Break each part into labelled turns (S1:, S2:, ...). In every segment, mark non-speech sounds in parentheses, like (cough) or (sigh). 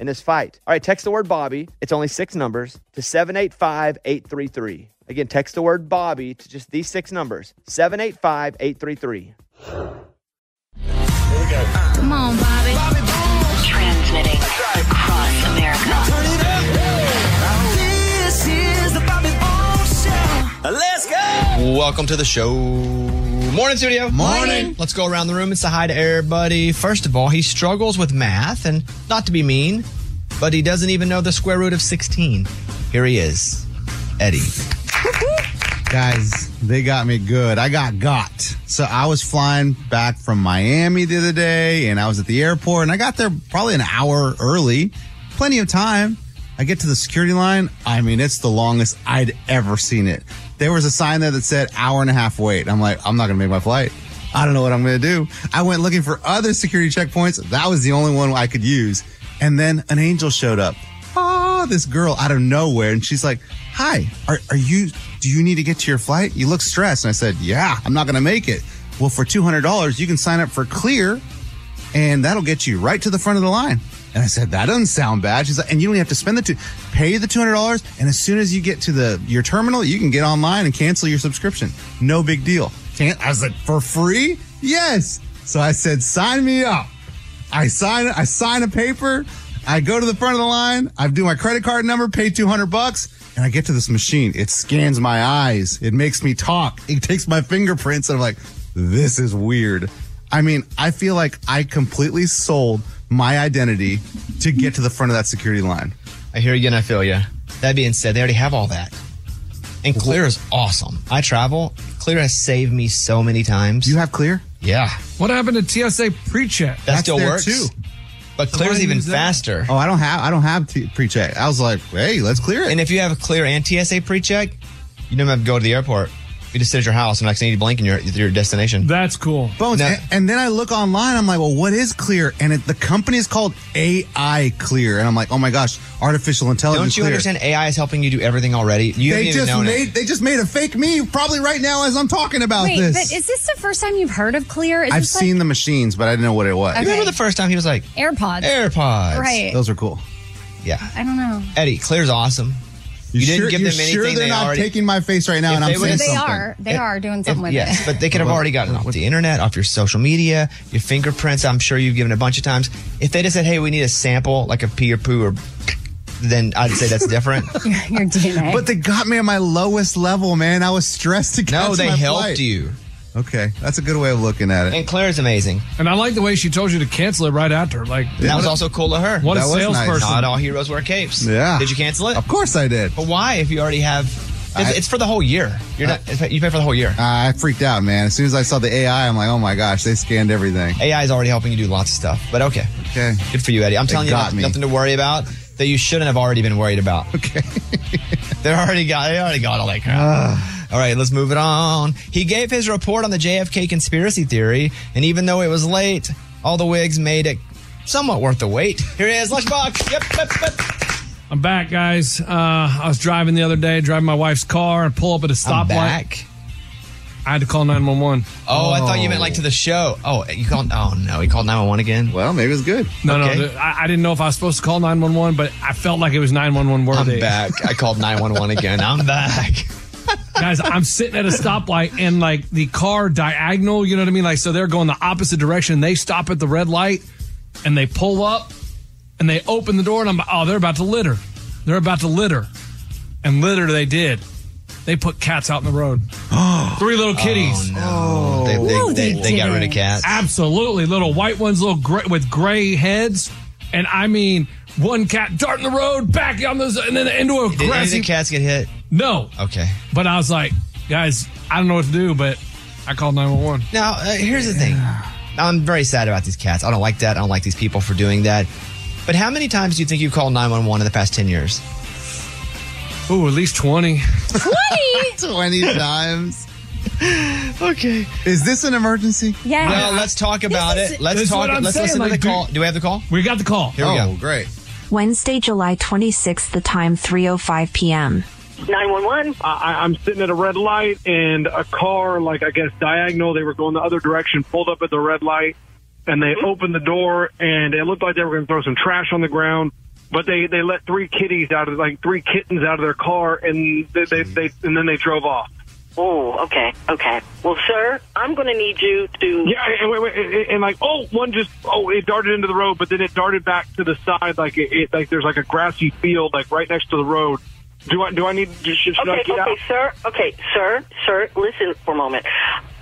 S1: in this fight. All right, text the word Bobby. It's only six numbers to 785 833. Again, text the word Bobby to just these six numbers 785 833.
S2: Come on, Bobby.
S3: Transmitting across America.
S4: This is the Bobby Bones Show.
S5: Let's go.
S1: Welcome to the show. Morning, studio. Morning. Let's go around the room and say hi to everybody. First of all, he struggles with math, and not to be mean, but he doesn't even know the square root of 16. Here he is, Eddie.
S6: Guys, they got me good. I got got. So I was flying back from Miami the other day and I was at the airport and I got there probably an hour early. Plenty of time. I get to the security line. I mean, it's the longest I'd ever seen it. There was a sign there that said hour and a half wait. I'm like, I'm not going to make my flight. I don't know what I'm going to do. I went looking for other security checkpoints. That was the only one I could use. And then an angel showed up ah, this girl out of nowhere. And she's like, hi, are, are you, do you need to get to your flight? You look stressed. And I said, yeah, I'm not going to make it. Well, for $200, you can sign up for clear and that'll get you right to the front of the line. And I said, that doesn't sound bad. She's like, and you don't have to spend the two, pay the $200. And as soon as you get to the, your terminal, you can get online and cancel your subscription. No big deal. Can't, I was like, for free? Yes. So I said, sign me up. I sign I sign a paper. I go to the front of the line. I do my credit card number, pay 200 bucks, and I get to this machine. It scans my eyes. It makes me talk. It takes my fingerprints and I'm like, this is weird. I mean, I feel like I completely sold my identity to get to the front of that security line.
S1: I hear you and I feel you. That being said, they already have all that. And Clear is awesome. I travel. Clear has saved me so many times.
S6: You have clear?
S1: yeah.
S7: What happened to TSA pre-check?
S1: That still
S6: there
S1: works.
S6: too.
S1: But Clear's
S7: why
S1: even
S7: use that?
S1: faster.
S6: Oh, I don't have I don't have t- pre-check. I was like, hey, let's clear it.
S1: And if you have a clear and TSA pre-check, you don't have to go to the airport. You just sit at your house and next thing you blink and you're at your destination.
S7: That's cool.
S6: Bones.
S1: No.
S6: And, and then I look online. I'm like, well, what is Clear? And it, the company is called AI Clear. And I'm like, oh my gosh, artificial intelligence.
S1: Don't you
S6: Clear.
S1: understand? AI is helping you do everything already. You haven't
S6: They
S1: even
S6: just
S1: known
S6: made
S1: it.
S6: they just made a fake me probably right now as I'm talking about
S2: Wait,
S6: this.
S2: but is this the first time you've heard of Clear? Is
S6: I've
S2: this like
S6: seen the machines, but I didn't know what it was.
S2: Okay.
S1: Remember the first time he was like
S2: AirPods?
S1: AirPods,
S2: Right.
S6: Those are cool.
S1: Yeah,
S2: I don't know.
S1: Eddie, Clear's awesome. You, didn't
S6: sure,
S1: give
S6: you
S1: them anything.
S6: sure they're
S1: they
S6: not
S1: already,
S6: taking my face right now,
S1: If
S6: and I'm
S1: they
S6: saying
S1: would've-
S2: They
S6: something.
S2: are. They are doing something
S1: If-
S2: with
S1: yes,
S2: it.
S1: but
S2: (laughs)
S1: they could have already gotten it off the internet, off your social media, your fingerprints. I'm sure you've given a bunch of times. If they just said, "Hey, we need a sample, like a pee or poo," or then I'd say that's different.
S2: (laughs) Your DNA.
S6: But they got me at my lowest level, man. I was stressed to catch
S1: no, they
S6: my
S1: helped
S6: flight.
S1: you.
S6: (laughs) Okay, that's a good way of looking at it.
S1: And Claire's amazing.
S7: And I like the way she told you to cancel it right after. Like,
S1: That was also cool of her.
S7: what a
S6: That was nice.
S7: salesperson.
S1: Not all heroes wear capes.
S6: Yeah.
S1: Did you cancel it?
S6: Of course, I did.
S1: But why? If you already have, it's,
S6: I-
S1: it's for the whole year. You're not. it's- You pay for the whole year.
S6: I freaked out, man. As soon as I saw the AI, I'm like, oh my gosh, they scanned everything.
S1: AI is already helping you
S6: (laughs)
S1: do lots of stuff. But okay.
S6: Okay.
S1: Good for you, Eddie. I'm telling you,
S6: got
S1: nothing,
S6: me.
S1: nothing to worry about that you shouldn't have already been worried about. (laughs)
S6: Okay.
S1: They already got. They already got all that crap.
S6: Ah.
S1: all right, let's move it on. He gave his report on the JFK conspiracy theory, and even though it was late, all the wigs made it somewhat worth the wait. Here he is, Lunchbox. Yep, yep, yep.
S7: I'm back, guys. Uh, I was driving the other day, driving my wife's car, and pull up at a
S1: I'm
S7: stoplight.
S1: back.
S7: I had to call 911.
S1: Oh, I thought you meant like to the show. Oh, you called. Oh no, he called nine one one again.
S6: Well, maybe it's good.
S7: No,
S1: Okay.
S7: no, the, I, I didn't know if I was supposed to call 911, but I felt like it was 911
S1: I'm
S7: worthy.
S1: back. I called nine one one again. I'm back.
S7: Guys, I'm sitting at a stoplight and like the car diagonal, you know what I mean? Like, so they're going the opposite direction. They stop at the red light and they pull up and they open the door and I'm, oh, they're about to litter. They're about to litter. And litter they did. They put cats out in the
S1: (gasps)
S7: road. Three little kitties.
S1: Oh, they, they,
S2: No,
S1: they,
S2: they
S1: they got rid of
S2: didn't.
S1: cats.
S7: Absolutely, little white ones, little gray, with gray heads, and I mean one cat darting the road back on those, and then into a
S1: Did any of the
S7: grassy.
S1: cats get hit?
S7: no,
S1: Okay.
S7: but I was like, guys, I don't know what to do, but I called nine one one.
S1: Now, uh, here's the thing. I'm very sad about these cats. I don't like that. I don't like these people for doing that. But how many times do you think you've called 911 in the past 10 years?
S7: Ooh, at least twenty.
S6: 20 times.
S1: Okay.
S6: Is this an emergency?
S2: Yeah.
S1: Well, let's talk about
S2: is-
S1: it. Let's
S7: That's
S1: talk.
S7: what I'm
S1: Let's
S7: saying,
S1: listen to the
S7: like, do-
S1: call. Do we have the call?
S7: We got the call.
S1: Here we
S6: oh,
S1: go.
S6: great.
S5: Wednesday, July 26th, the time 3:05 p.m.
S8: 911. I, I'm sitting at a red light, and a car, like I guess diagonal, they were going the other direction, pulled up at the red light, and they
S9: Mm-hmm.
S8: opened the door, and it looked like they were going to throw some trash on the ground. But they, they let three kitties out of like three kittens out of their car, and they, they, they and then they drove off.
S9: Oh, okay, okay. Well, sir, I'm going to need you to.
S8: Yeah, and, wait, wait, and- and like oh, one just oh, it darted into the road, but then it darted back to the side, like it, it like there's like a grassy field, like right next to the road. Do I do I need should, should I
S9: Okay,
S8: get out?
S9: okay, sir. Okay, sir, sir. Listen for a moment.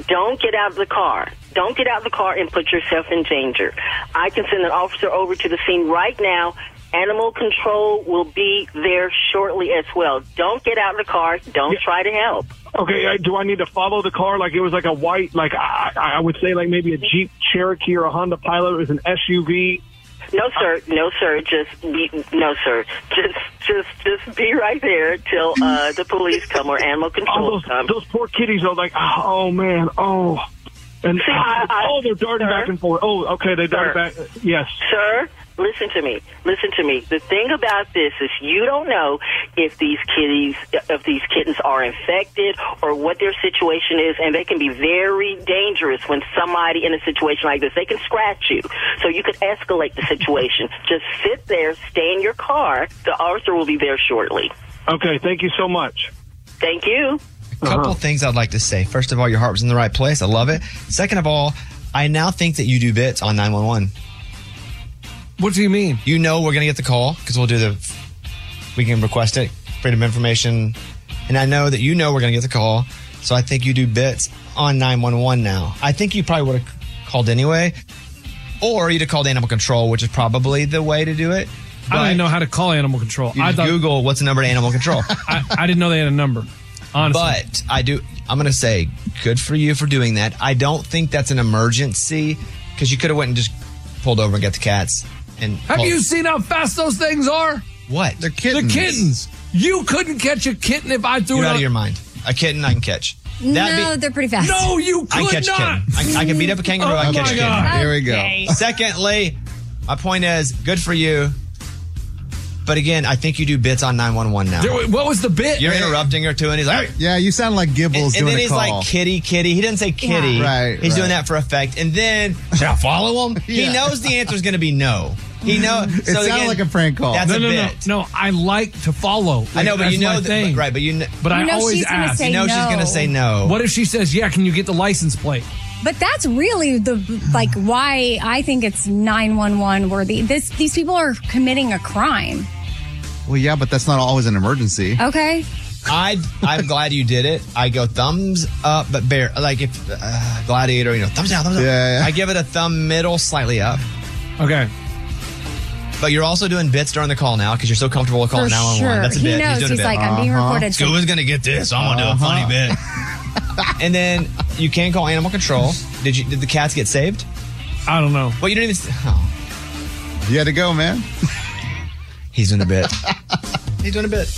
S9: Don't get out of the car. Don't get out of the car and put yourself in danger. I can send an officer over to the scene right now. Animal control will be there shortly as well. Don't get out of the car. Don't try to help.
S8: Okay, I, do I need to follow the car? Like it was like a white, like I, I would say like maybe a Jeep Cherokee or a Honda Pilot. It was an SUV.
S9: No,
S8: Uh,
S9: sir. No, sir. Just be, no, sir. Just, just, just be right there till uh, the police come or animal
S8: All
S9: control
S8: those
S9: come.
S8: those poor kitties are like, oh man, oh, and
S9: See, I- I-
S8: oh, they're darting
S9: Sir?
S8: back and forth. Oh, okay, they darted back. Yes.
S9: Sir, listen to me. Listen to me. The thing about this is you don't know if these kitties, if these kittens are infected or what their situation is, and they can be very dangerous when somebody in a situation like this, they can scratch you. So you could escalate the situation. Just sit there, stay in your car. The officer will be there shortly.
S8: Okay, thank you so much.
S9: Thank you.
S1: A couple
S7: Uh-huh.
S1: things I'd like to say. First of all, your heart was in the right place. I love it. Second of all, I now think that you do bits on 911.
S7: What do you mean?
S1: You know we're going to get the call because we'll do the, we can request it, freedom of information. And I know that you know we're going to get the call. So I think you do bits on 911 now. I think you probably would have called anyway, or you'd have called animal control, which is probably the way to do it.
S7: I don't
S1: But
S7: even know how to call animal control.
S1: You
S7: I
S1: just
S7: thought
S1: Google what's the number to animal control.
S7: (laughs) I, I didn't know they had a number. Honestly,
S1: But I do. I'm gonna say, good for you for doing that. I don't think that's an emergency because you could have went and just pulled over and got the cats. And
S7: have
S1: called-
S7: you seen how fast those things are?
S1: what?
S6: They're
S7: The
S6: kittens.
S7: kittens. You couldn't catch a kitten if I threw
S1: You're
S7: it
S1: out
S7: on-
S1: of your mind. A kitten I can catch.
S2: no, they're pretty fast.
S7: No, you could
S1: I can catch
S7: not.
S1: a kitten. I, I can beat up a kangaroo.
S7: Oh
S1: I can catch
S7: my
S1: a
S7: God.
S1: kitten.
S6: Here we go.
S2: Okay.
S1: Secondly, my point is, good for you. But again, I think you do bits on 911 now.
S7: There wa- what was the bit?
S1: You're interrupting her too, and he's like, "Hey."
S6: Yeah, you sound like
S1: and,
S6: Gibbles
S1: and
S6: doing
S1: then
S6: a
S1: he's
S6: call.
S1: like, "Kitty, kitty." He didn't say kitty.
S2: Yeah.
S6: Right,
S1: He's doing
S6: right.
S1: that for effect. And then should I follow him? (laughs) He
S6: Yeah.
S1: knows the answer is going to be no.
S6: (laughs)
S1: He knows.
S6: it sounded like a prank call.
S1: That's
S7: no,
S1: a
S7: no, no,
S1: bit.
S7: no. I like to follow.
S1: I know, but
S7: That's
S1: you know
S7: my
S1: that,
S7: thing.
S1: but- right? But you, kn-
S7: But I
S2: know
S7: always
S2: she's gonna
S7: ask.
S2: say
S1: you know she's
S2: no.
S1: going to say no.
S7: What if she says, "Yeah, can you get the license plate?"
S2: But that's really the like why I think it's 911 worthy. This these people are committing a crime.
S6: well, yeah, but that's not always an emergency.
S2: Okay?
S1: I I'm glad you did it. I go thumbs up, but bear like if uh, gladiator, you know, thumbs down, thumbs up.
S6: Yeah, yeah.
S1: I give it a thumb middle, slightly up.
S7: Okay.
S1: But you're also doing bits during the call now because you're so comfortable with calling
S2: For
S1: 911.
S2: sure.
S1: That's a
S2: he
S1: bit.
S2: knows
S1: he's doing a bit.
S2: like, I'm being
S6: Uh-huh.
S2: recorded. so-
S1: Scuba's gonna get this. I'm gonna do a funny bit.
S6: (laughs)
S1: and then you can call animal control. Did you? Did the cats get saved?
S7: I don't know.
S1: Well, you didn't even. Oh,
S6: You had to go, man.
S1: he's doing a bit. he's doing a bit.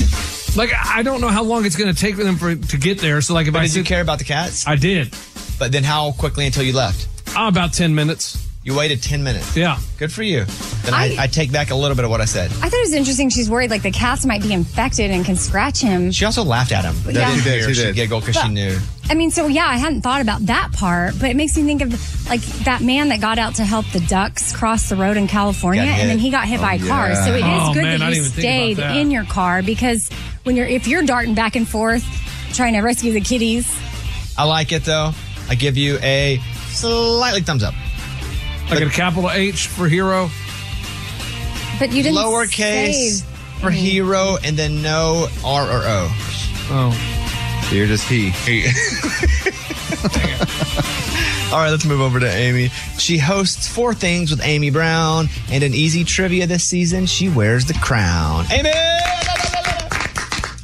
S7: Like I I don't know how long it's going to take them for to get there. So like if
S1: But
S7: I
S1: did you
S7: sit,
S1: care about the cats?
S7: I did.
S1: But then how quickly until you left?
S7: Ah, about ten minutes.
S1: You waited 10 minutes.
S7: Yeah.
S1: Good for you. Then I, I, take back a little bit of what I said.
S2: I thought it was interesting. She's worried like the cats might be infected and can scratch him.
S1: She also laughed at him.
S2: Yeah. She
S6: did, she
S1: She,
S6: did.
S1: giggled because she
S2: But-
S1: knew.
S2: I mean, so yeah, I hadn't thought about that part, but it makes me think of like that man that got out to help the ducks cross the road in California,
S1: Got hit.
S2: and then he got hit by a car.
S6: yeah.
S2: So it is
S7: Oh,
S2: good
S7: man, I
S2: that you
S7: didn't even think
S2: stayed
S7: about that.
S2: in your car because when you're if you're darting back and forth trying to rescue the kitties,
S1: I like it though. I give you a slightly thumbs up.
S7: Like a capital H for hero.
S2: but you didn't
S1: Lowercase
S2: save.
S1: for hero and then no R or O.
S7: Oh,
S6: You're just he.
S1: (laughs) All right, let's move over to Amy. She hosts Four Things with Amy Brown, and an easy trivia this season, she wears the crown. Amy!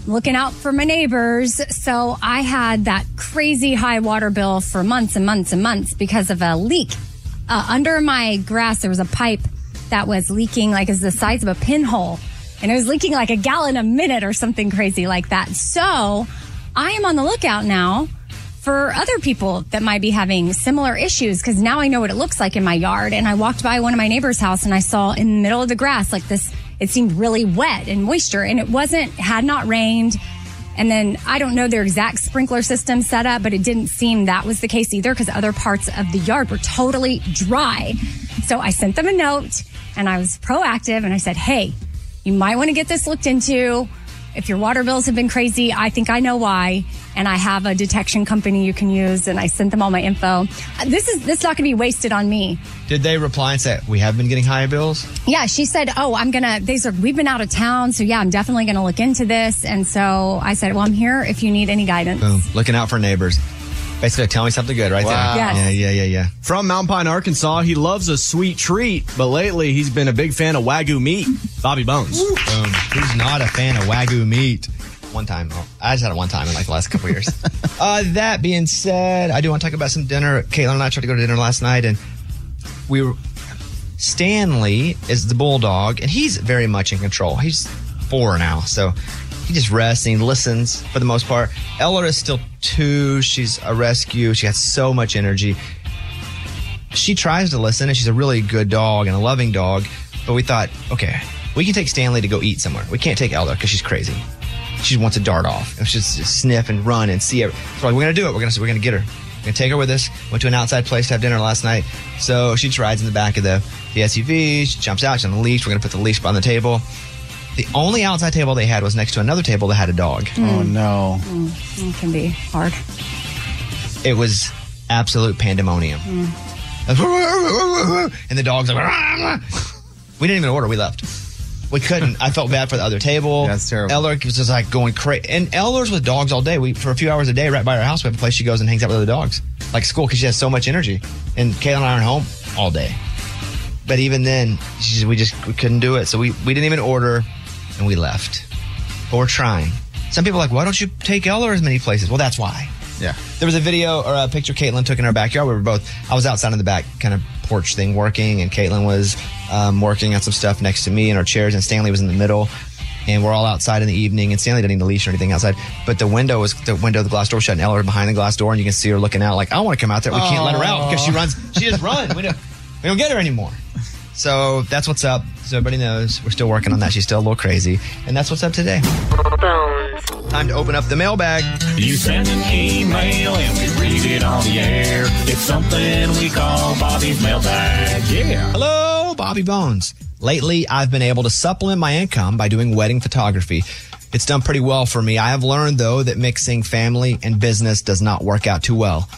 S2: looking out for my neighbors. So I had that crazy high water bill for months and months and months because of a leak. Uh, under my grass, there was a pipe that was leaking like as the size of a pinhole. And it was leaking like a gallon a minute or something crazy like that. So I am on the lookout now for other people that might be having similar issues because now I know what it looks like in my yard. And I walked by one of my neighbor's house and I saw in the middle of the grass like this, it seemed really wet and moisture and it wasn't, had not rained. And then I don't know their exact sprinkler system set up, but it didn't seem that was the case either because other parts of the yard were totally dry. So I sent them a note and I was proactive and I said, Hey, you might want to get this looked into. If your water bills have been crazy, I think I know why. And I have a detection company you can use. And I sent them all my info. Uh, This is this is not going to be wasted on me.
S1: Did they reply and say, We have been getting higher bills?
S2: Yeah, she said, "Oh, I'm gonna." They said we've been out of town, so yeah, I'm definitely gonna look into this. And so I said, "Well, I'm here if you need any guidance."
S1: Boom. Looking out for neighbors. Basically, tell me something good right there.
S2: Yes.
S1: Yeah, yeah, yeah, yeah.
S10: From Mount Pine, Arkansas, he loves a sweet treat, but lately he's been a big fan of Wagyu meat. Bobby Bones.
S1: Boom. Who's Um, not a fan of Wagyu meat? One time. Oh, I just had it one time in like the last
S6: (laughs)
S1: couple years. uh, that being said, I do want to talk about some dinner. Caitlin and I tried to go to dinner last night, and we were. Stanley is the bulldog, and he's very much in control. He's four now, so he just rests and he listens for the most part. Ella is still two. She's a rescue. She has so much energy. she tries to listen and she's a really good dog and a loving dog. But we thought, okay, we can take Stanley to go eat somewhere. We can't take Elder because she's crazy. She wants to dart off. And she's just sniff and run and see. Every- so like, we're gonna do it. We're gonna we're gonna get her. We're gonna take her with us. Went to an outside place to have dinner last night. So she just rides in the back of the, the SUV. She jumps out. She's on the leash. We're gonna put the leash on the table. The only outside table they had was next to another table that had a dog.
S6: Oh no.
S2: Mm, It can be hard.
S1: it was absolute pandemonium.
S2: Mm.
S1: And the dog's like, we didn't even order. We left. We couldn't. I felt bad for the other table.
S6: That's terrible.
S1: Eller was just like going crazy. And Eller's with dogs all day. We for a few hours a day, right by our house, we have a place she goes and hangs out with other dogs, like school, because she has so much energy. And Kayla and I aren't home all day. But even then, she just, we just we couldn't do it. So we, we didn't even order, and we left. But we're trying. Some people are like, why don't you take Eller as many places? Well, that's why.
S6: (laughs) Yeah.
S1: There was a video or a picture Caitlin took in our backyard. We were both, I was outside in the back kind of porch thing working, and Caitlin was um, working on some stuff next to me in our chairs, and Stanley was in the middle. And we're all outside in the evening, and Stanley didn't need a leash or anything outside. But the window was the window, of the glass door was shut, and Ella was behind the glass door, and you can see her looking out like, I want to come out there. We can't let her out because she runs. She just runs. We don't, we don't get her anymore. So that's what's up. So everybody knows we're still working on that. She's still a little crazy. And that's what's up today. Time to open up the mailbag.
S11: You send an email and we read it on the air. It's something we call Bobby's mailbag. Yeah.
S1: Hello, Bobby Bones. Lately, I've been able to supplement my income by doing wedding photography. It's done pretty well for me. I have learned, though, that mixing family and business does not work out too well.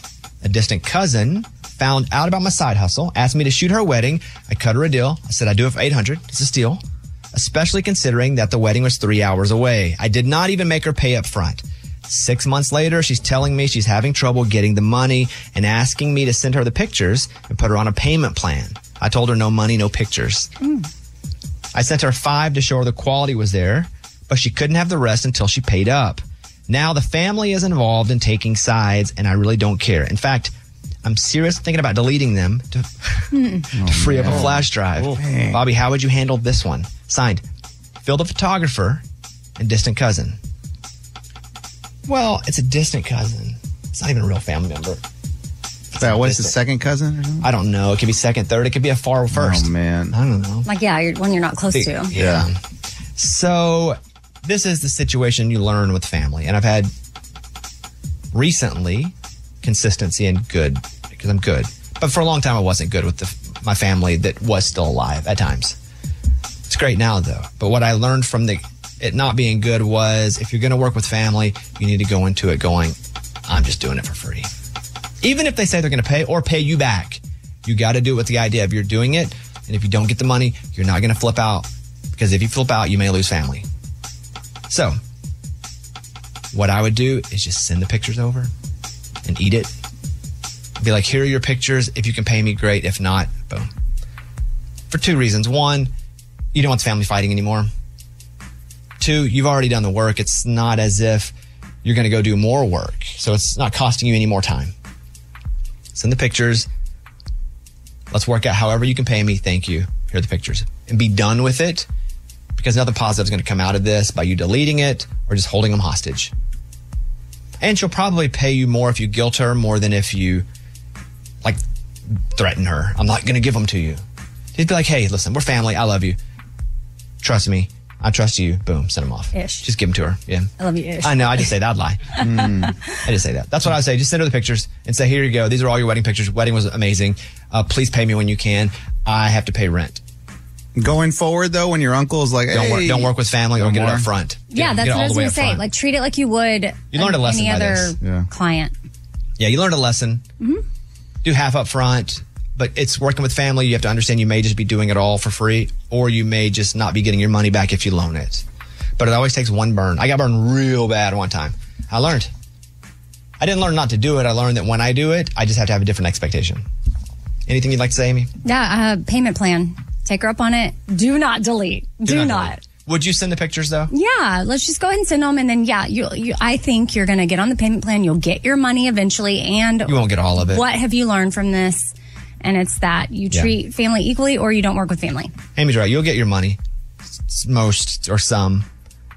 S1: A distant cousin found out about my side hustle, asked me to shoot her wedding. I cut her a deal. I said, I do it for 800. It's a steal. Especially considering that the wedding was three hours away. I did not even make her pay up front. Six months later, she's telling me she's having trouble getting the money and asking me to send her the pictures and put her on a payment plan. I told her no money, no pictures. I sent her five to show her the quality was there, but she couldn't have the rest until she paid up. Now the family is involved in taking sides, and I really don't care. In fact, I'm serious thinking about deleting them to,
S2: Hmm.
S1: to free
S6: Oh,
S1: up a flash drive. Bobby, how would you handle this one? Signed, Phil the photographer and distant cousin. Well, it's a distant cousin. It's not even a real family member. It's
S6: that what's the second cousin or something?
S1: I don't know. It could be second, third. It could be a far first.
S6: Oh man,
S1: I don't know.
S2: Like, yeah, you're, one you're not close
S1: See,
S2: to.
S1: Yeah. So this is the situation you learn with family, and I've had recently consistency and good because I'm good, but for a long time I wasn't good with the, my family that was still alive at times. It's great now though, but what I learned from the it not being good was if you're going to work with family, you need to go into it going, I'm just doing it for free. Even if they say they're going to pay or pay you back, you got to do it with the idea of you're doing it. And if you don't get the money, you're not going to flip out because if you flip out, you may lose family. So, what I would do is just send the pictures over and eat it. Be like, here are your pictures. If you can pay me, great. If not, boom. For two reasons. One, you don't want the family fighting anymore. Two, you've already done the work. It's not as if you're going to go do more work. So it's not costing you any more time. Send the pictures. Let's work out however you can pay me. Thank you. Here are the pictures. And be done with it because nothing positive is going to come out of this by you deleting it or just holding them hostage. And she'll probably pay you more if you guilt her more than if you like threaten her. I'm not going to give them to you. She'd be like, hey, listen, we're family. I love you. Trust me. I trust you. Boom, send them off.
S2: Ish.
S1: Just give them to her. Yeah.
S2: I love you, Ish. Mm.
S1: I know.
S2: (laughs)
S1: I just say that. I'd lie. I just say that. That's what I would say. Just send her the pictures and say, here you go. These are all your wedding pictures. Wedding was amazing. Uh, please pay me when you can. I have to pay rent.
S6: (laughs) Going forward though, when your uncle is like,
S1: Don't, work,
S6: "Hey,
S1: don't work with family or
S6: no
S1: get it
S6: more."
S1: up front. Get
S2: Yeah,
S1: it-
S2: that's
S1: get it
S2: what
S1: all
S2: I was
S1: the way
S2: going
S1: up
S2: to say.
S1: front.
S2: Like, treat it like you would
S1: You learned a lesson
S2: any
S1: by
S2: other
S1: this. Yeah.
S2: client.
S1: Yeah, you learned a lesson.
S2: Mhm.
S1: Do half up front, but it's working with family. You have to understand you may just be doing it all for free, or you may just not be getting your money back if you loan it. But it always takes one burn. I got burned real bad one time. I learned. I didn't learn not to do it. I learned that when I do it, I just have to have a different expectation. Anything you'd like to say, Amy?
S2: Yeah, uh, payment plan. Take her up on it. Do not delete. Do,
S1: not
S2: not.
S1: Would you send the pictures though?
S2: Yeah, let's just go ahead and send them, and then yeah, you, you I think you're gonna get on the payment plan. You'll get your money eventually, and
S1: You won't get all of it.
S2: What have you learned from this? And it's that you
S1: Yeah.
S2: treat family equally, or you don't work with family.
S1: Amy's right. You'll get your money, s- most or some,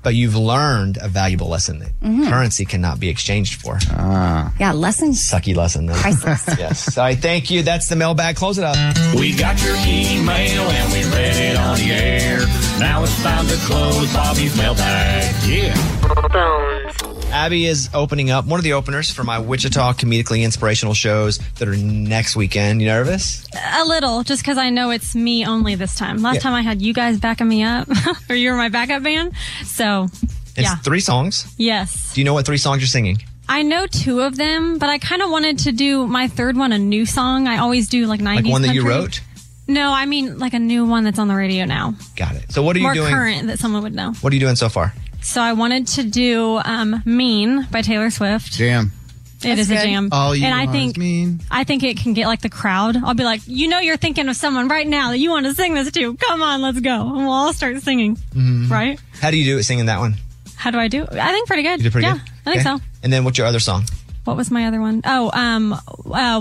S1: but you've learned a valuable lesson that
S2: Mhm.
S1: currency cannot be exchanged for. Ah.
S2: Yeah, lessons.
S1: Sucky lesson. Then. (laughs) yes. All right. Thank you. That's the mailbag. Close it up.
S11: We got your email and we read it on the air. Now it's time to close Bobby's mailbag. Yeah.
S1: Abby is opening up one of the openers for my Wichita comedically inspirational shows that are next weekend. You nervous?
S12: A little, just because I know it's me only this time. Last
S1: Yeah.
S12: time I had you guys backing me up, (laughs) or you were my backup band. So,
S1: It's
S12: yeah.
S1: three songs.
S12: Yes.
S1: Do you know what three songs you're singing?
S12: I know two of them, but I kind of wanted to do my third one, a new song. I always do like 90s.
S1: Like one that you
S12: country.
S1: wrote?
S12: No, I mean like a new one that's on the radio now.
S1: Got it. So what are you
S12: More
S1: doing?
S12: current that someone would know.
S1: What are you doing so far?
S12: So I wanted to do um, "Mean" by Taylor Swift.
S6: Jam.
S12: It is a jam,
S6: All you
S12: and I
S6: are
S12: think
S6: is mean.
S12: I think it can get like the crowd. I'll be like, you know, you're thinking of someone right now that you want to sing this to. Come on, let's go, and we'll all start singing.
S1: Mhm.
S12: Right?
S1: How do you do it singing that one?
S12: How do I do? I think pretty good.
S1: You did pretty
S12: yeah,
S1: good.
S12: I think
S1: Okay.
S12: so.
S1: And then what's your other song?
S12: What was my other one? Oh, um, uh,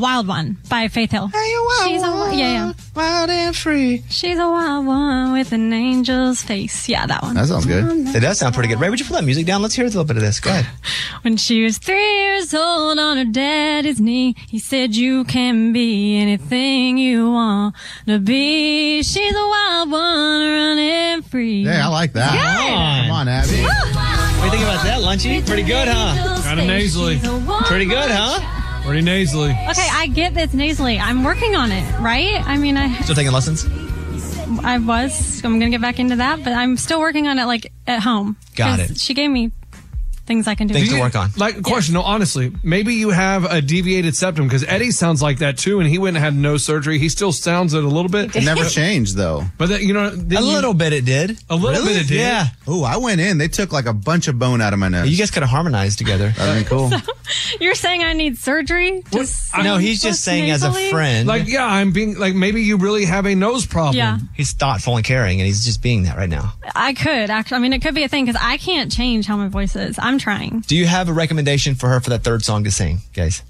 S12: Wild One by Faith Hill. She's a wi- yeah, yeah.
S1: wild and free.
S12: She's a wild one with an angel's face. Yeah, that one.
S1: That sounds good. It does sound pretty good. Ray, would you pull that music down? Let's hear a little bit of this. Go ahead.
S12: When she was three years old on her daddy's knee, he said, You can be anything you want to be. She's a wild one running free.
S6: Yeah, I like that. Come on, Abby.
S1: What do you think about that, Lunchy? Pretty good, huh?
S7: Kind of nasally.
S12: Pretty good,
S1: huh?
S7: Pretty nasally.
S12: Okay, I get this nasally. I'm working on it, right? I mean, I
S1: Still taking lessons?
S12: I was. I'm gonna get back into that, but I'm still working on it, like at home.
S7: Got
S12: 'Cause
S7: it.
S12: She gave me things I can do.
S7: Do you-
S12: (laughs)
S7: Like, question, no, honestly, maybe you have a deviated septum because Eddie sounds like that too, and he went and had no surgery. He still sounds it a little bit.
S6: It never changed though.
S7: But that, you know, a
S1: little bit it did.
S7: A little bit it did.
S6: Yeah. Oh, I went in. They took like a bunch of bone out of my nose. You
S1: guys could have harmonized together.
S6: That'd been cool.
S12: You're saying I need surgery? Just sound less nasally?
S7: Like, yeah, I'm being like, maybe you really have a nose problem.
S12: Yeah.
S1: He's thoughtful and caring, and he's just being that right now.
S12: I could actually. I mean, it could be a thing because I can't change how my voice is. I'm trying.
S1: Do you have a recommendation for her for that third song to sing, guys?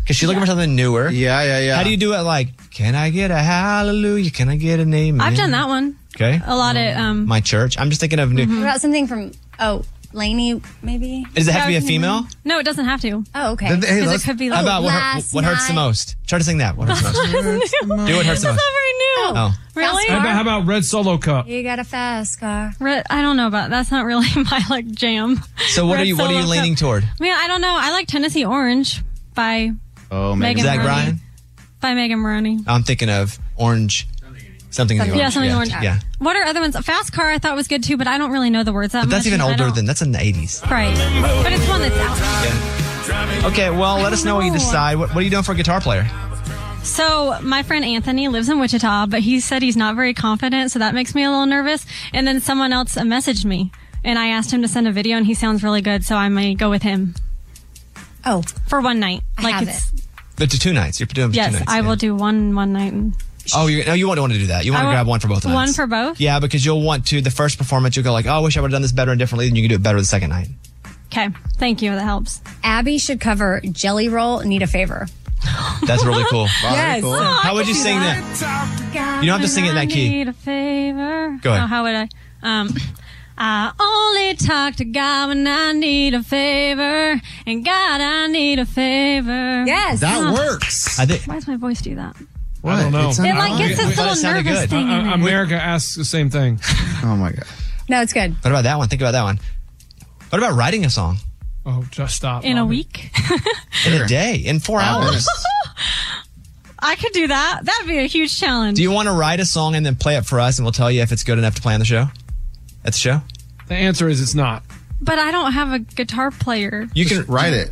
S1: Because she's looking for something newer.
S6: Yeah, yeah, yeah.
S1: How do you do it? Like, can I get a hallelujah? Can I get an amen?
S12: I've done that one
S1: Okay.
S12: a lot. At um, mm-hmm.
S1: My church. I'm just thinking of new.
S2: What about something from? Oh, Laney, maybe.
S1: Does it have to be a female?
S12: No, it doesn't have to.
S2: Oh, okay.
S1: Then- hey,
S12: 'Cause
S1: let's-
S12: it could be
S1: how
S12: like
S1: about what, hurt- what hurts the most? Try to sing that. What hurts the
S12: (laughs)
S2: (laughs)
S1: most? Do it hurts the most.
S12: That's not very new.
S1: Oh.
S12: Really?
S13: How about, how about Red Solo Cup?
S12: You got a fast car. Red, I don't know about that's not really (laughs) my like jam.
S1: So what
S12: Red
S1: are you what are
S12: Solo
S1: you
S12: Cup.
S1: leaning toward?
S12: I mean, I don't know. I like Tennessee Orange by
S1: Oh,
S12: Megan
S1: Zach
S12: Maroney.
S1: Bryan.
S12: by Megan Maroney.
S1: I'm thinking of orange, something in the orange.
S12: Yeah, something orange.
S1: Yeah,
S12: What are other ones? Fast Car I thought was good too, but I don't really know the words that
S1: but that's
S12: much,
S1: even
S12: and I
S1: older
S12: don't-
S1: than that's in the 80s.
S12: Right. But it's one that's out.
S1: Okay, well, let us know what you
S12: know.
S1: decide. What, what are you doing for a guitar player?
S12: So my friend Anthony lives in Wichita, but he said he's not very confident, so that makes me a little nervous. And then someone else uh, messaged me, and I asked him to send a video, and he sounds really good, so I may go with him.
S2: Oh,
S12: for one night, like it's
S1: The two nights. You're doing
S12: yes,
S1: two nights.
S12: I will do one one night. And
S1: Oh, you no, you won't want to do that. You want
S12: I
S1: to
S12: will-
S1: grab one for both nights.
S12: One for both.
S1: Yeah, because you'll want to. The first performance, you'll go like, "Oh, I wish I would have done this better and differently," and you can do it better the second night.
S12: Okay, thank you. That helps.
S2: Abby should cover Jelly Roll. Need a favor.
S1: That's really
S12: (laughs)
S1: cool.
S2: Yes. Oh, I
S1: How would
S2: could
S1: you
S2: do
S1: sing
S2: that.
S1: that? You don't have to sing it in that key.
S12: I need a favor.
S1: Go ahead.
S12: Oh, how would I? Um, I only talk to God when I need a favor, and God, I need a favor. Yes,
S1: works. I think.
S12: Why does my voice do that?
S13: I don't know.
S12: It like gets this
S13: I-
S12: little
S13: I-
S12: nervous thing. in
S13: I-
S12: it.
S13: Uh, America asks the same thing.
S1: Oh my god.
S2: No, it's good.
S1: What about that one? Think about that one. What about writing a song
S13: Oh, just stop.
S12: in a week. Oh.
S1: in a day, in four hours?
S12: (laughs) I could do that. That'd be a huge challenge.
S1: Do you want to write a song and then play it for us, and we'll tell you if it's good enough to play on the show? At the show,
S13: The answer is it's not.
S12: but I don't have a guitar player.
S1: You can write it.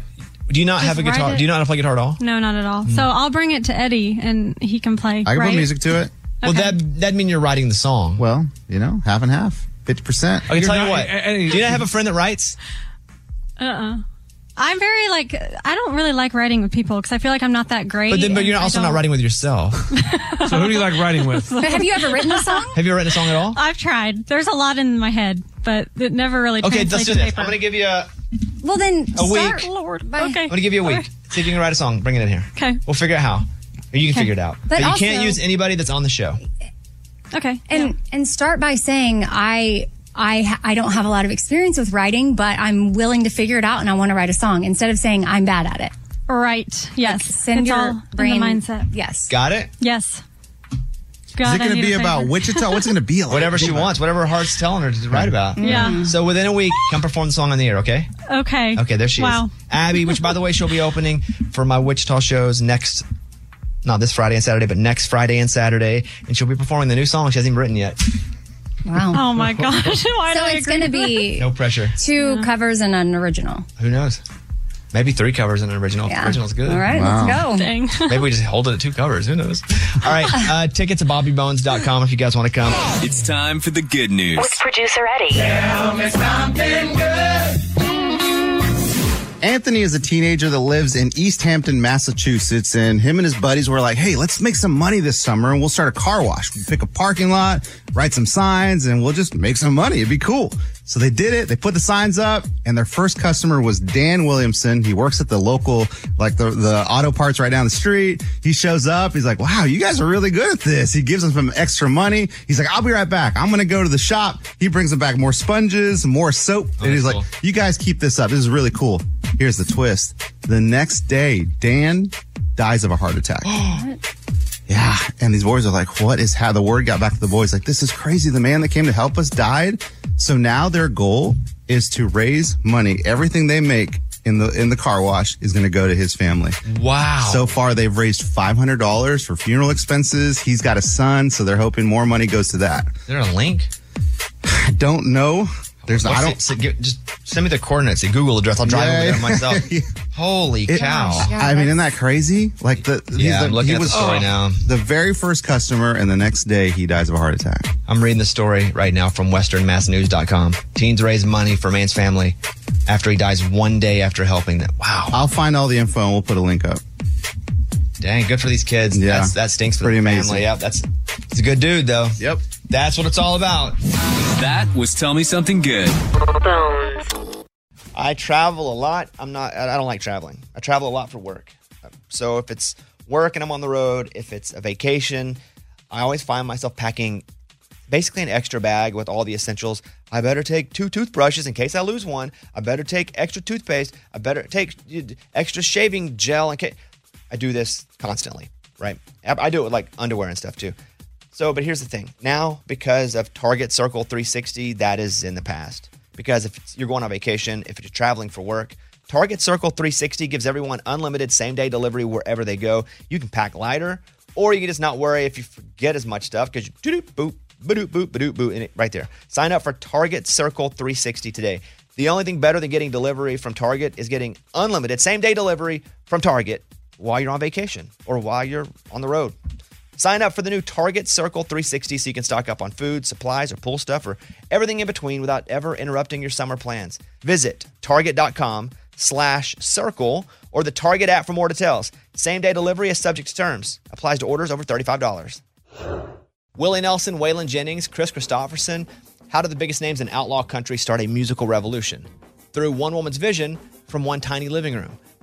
S1: Do you not
S12: Just
S1: have a
S12: write
S1: guitar?
S12: it.
S1: Do you not know how to play guitar at all?
S12: No, not at
S1: Mm.
S12: all. So I'll bring it to Eddie, and he can play. right?
S1: to it. Well,
S12: Okay.
S1: that that mean you're writing the song. Well,
S6: You know, half and half, fifty percent.
S1: I can tell you what. do you not have a friend that writes?
S12: Uh-uh. I'm very like I don't really like writing with people because I feel like I'm not that great.
S1: But then, but
S12: and
S1: you're
S12: I
S1: also not
S12: don't-
S1: writing with yourself. so who do you like
S12: (laughs)
S1: writing with?
S2: But have you ever written a song?
S1: Have you ever written a song at all?
S12: I've tried. There's a lot in my head, but it never really.
S1: Okay, let's
S12: translates
S1: do
S12: to
S1: this.
S12: paper.
S1: I'm gonna give you a.
S2: Well, then
S1: A
S2: start.
S1: week.
S12: Lord,
S1: I'm gonna give you a week. See if you can write a song. Bring it in here.
S12: Okay.
S1: We'll figure out how. Or you
S2: Okay.
S1: can figure it out.
S2: But
S1: But, you can't
S2: also-
S1: use anybody that's on the show.
S12: Okay.
S2: And and start by saying I I ha- I don't have a lot of experience with writing, but I'm willing to figure it out and I want to write a song instead of saying I'm bad at it.
S12: Right. Yes.
S2: send
S12: it's
S2: your
S12: all in the
S2: brain-
S12: mindset.
S2: Yes.
S1: Got it?
S12: Yes.
S1: Is
S12: God,
S1: it
S12: I
S1: going to
S12: need
S1: be
S12: a
S1: about
S12: favor.
S1: Wichita? What's it going to (laughs) be like? Whatever she wants, whatever her heart's telling her to write about.
S12: Yeah.
S1: So within a week, come perform the song on the air, okay?
S12: Okay.
S1: Okay, there she
S12: wow.
S1: is. Abby, which by the way, she'll be opening for my Wichita shows next, not this Friday and Saturday, but next Friday and Saturday. And she'll be performing the new song she hasn't even written yet.
S2: Wow.
S12: Oh
S1: (laughs)
S12: my gosh. (laughs) Why
S2: so
S12: did I
S2: it's
S12: agree
S2: gonna
S12: to that?
S2: be
S1: No pressure.
S2: two covers and an original.
S1: Who knows? Maybe three covers and an original.
S2: Yeah.
S1: Oh, Original's good.
S2: All right, let's go. (laughs)
S12: Dang.
S1: Maybe we just hold it at two covers. Who knows? All right. Uh, tickets at bobbybones.com if you guys want to come.
S7: It's time for the good news.
S14: With producer Eddie. Tell me something good.
S6: Anthony is a teenager that lives in East Hampton, Massachusetts, and him and his buddies were like, "Hey, let's make some money this summer, and we'll start a car wash. We'll pick a parking lot, write some signs, and we'll just make some money. It'd be cool." So they did it. They put the signs up, and their first customer was Dan Williamson. He works at the local, like the the auto parts right down the street. He shows up. He's like, "Wow, you guys are really good at this." He gives them some extra money. He's like, "I'll be right back. I'm gonna go to the shop." He brings them back more sponges, more soap, and he's like, "You guys keep this up. This is really cool." Here's the twist. The next day, Dan dies of a heart attack. yeah. And these boys are like, what is how the word got back to the boys? Like, this is crazy. The man that came to help us died. So now their goal is to raise money. Everything they make in the in the car wash is going to go to his family.
S1: Wow.
S6: So far they've raised $500 for funeral expenses. He's got a son, so they're hoping more money goes to that.
S1: Is there a link?
S6: I don't know. There's
S1: What's
S6: I don't
S1: it- so give- just send me the coordinates, the Google address. I'll drive
S6: Yeah,
S1: over there
S6: yeah.
S1: myself. Holy
S6: It-
S1: cow!
S6: I mean, isn't that crazy? Like the (laughs)
S1: Yeah,
S6: he's the,
S1: I'm looking
S6: he
S1: at the
S6: was
S1: story now.
S6: The very first customer, and the next day he dies of a heart attack.
S1: I'm reading the story right now from westernmassnews.com. Teens raise money for man's family after he dies one day after helping them. Wow.
S6: I'll find all the info and we'll put a link up.
S1: Dang, good for these kids.
S6: Yeah.
S1: That's, that stinks for
S6: Pretty
S1: the family.
S6: amazing.
S1: Yep, that's it's a good dude though.
S6: Yep.
S1: That's what it's all about.
S7: That was Tell Me Something Good.
S15: I travel a lot. I'm not. I I don't like traveling. I travel a lot for work. So if it's work and I'm on the road, if it's a vacation, I always find myself packing
S1: basically an extra bag with all the essentials. I better take two toothbrushes in case I lose one. I better take extra toothpaste. I better take uh, extra shaving gel in case. I do this constantly, right? I I do it with like underwear and stuff too. So, but here's the thing. Now, because of Target Circle 360, that is in the past. Because if it's- you're going on vacation, if you're traveling for work, Target Circle 360 gives everyone unlimited same day delivery wherever they go. You can pack lighter, or you can just not worry if you forget as much stuff because you doop boop, badoop boop, badoop boop, in it right there. Sign up for Target Circle 360 today. The only thing better than getting delivery from Target is getting unlimited same day delivery from Target while you're on vacation or while you're on the road. Sign up for the new Target Circle 360 so you can stock up on food, supplies, or pool stuff, or everything in between without ever interrupting your summer plans. Visit target.com slash circle or the Target app for more details. Same day delivery is subject to terms. Applies to orders over $35. Willie Nelson, Waylon Jennings, Chris Christopherson. How did the biggest names in outlaw country start a musical revolution? Through one woman's vision from one tiny living room.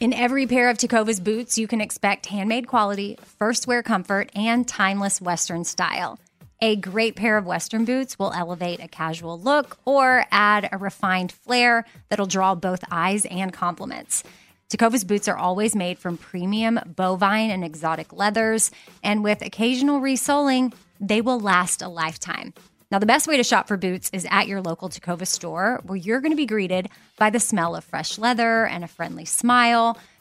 S2: In every pair of Takova's boots, you can expect handmade quality, first wear comfort, and timeless Western style. A great pair of Western boots will elevate a casual look or add a refined flair that'll draw both eyes and compliments. Takova's boots are always made from premium bovine and exotic leathers, and with occasional resoling, they will last a lifetime. Now, the best way to shop for boots is at your local Tacova store, where you're going to be greeted by the smell of fresh leather and a friendly smile.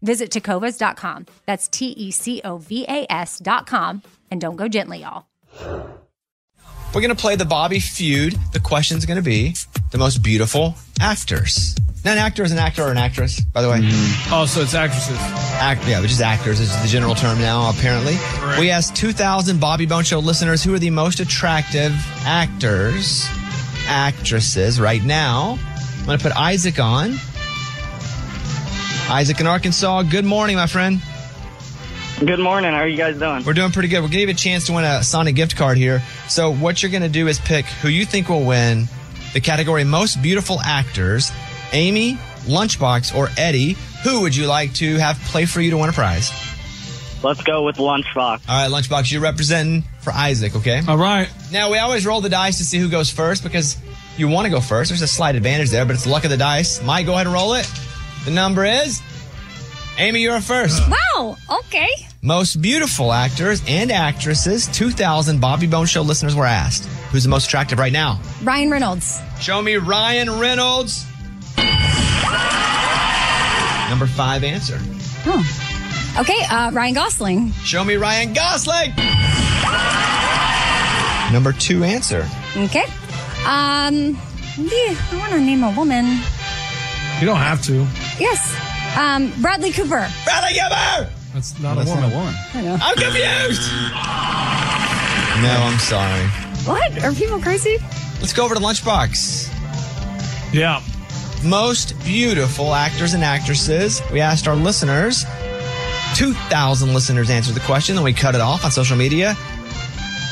S2: Visit tacovas.com. That's T E C O V A S.com. And don't go gently, y'all.
S1: We're going to play the Bobby feud. The question's going to be the most beautiful actors. Now, an actor is an actor or an actress, by the way.
S7: Oh, so it's actresses.
S1: Act, yeah, which is actors is the general term now, apparently. We asked 2,000 Bobby Bone Show listeners who are the most attractive actors, actresses right now. I'm going to put Isaac on. Isaac in Arkansas, good morning, my friend.
S16: Good morning. How are you guys doing?
S1: We're doing pretty good. We're gonna give you a chance to win a Sonic gift card here. So what you're gonna do is pick who you think will win the category most beautiful actors, Amy, Lunchbox, or Eddie. Who would you like to have play for you to win a prize?
S16: Let's go with Lunchbox.
S1: All right, Lunchbox, you're representing for Isaac, okay? All right. Now, we always roll the dice to see who goes first because you want to go first. There's a slight advantage there, but it's luck of the dice. Mike, go ahead and roll it. The number is Amy, you're up first.
S2: Wow. Okay.
S1: Most beautiful actors and actresses, 2,000 Bobby Bone Show listeners were asked. Who's the most attractive right now?
S2: Ryan Reynolds.
S1: Show me Ryan Reynolds. Number five answer.
S2: Oh. Okay. Uh, Ryan Gosling.
S1: Show me Ryan Gosling. Number two answer.
S2: Okay. Um, yeah, I want to name a woman.
S7: You don't have to.
S2: Yes. Um, Bradley Cooper.
S1: Bradley Cooper.
S7: That's not a woman.
S2: I know.
S1: I'm confused. No, I'm sorry.
S2: What? Are people crazy?
S1: Let's go over to Lunchbox.
S7: Yeah.
S1: Most beautiful actors and actresses. We asked our listeners. 2,000 listeners answered the question, then we cut it off on social media.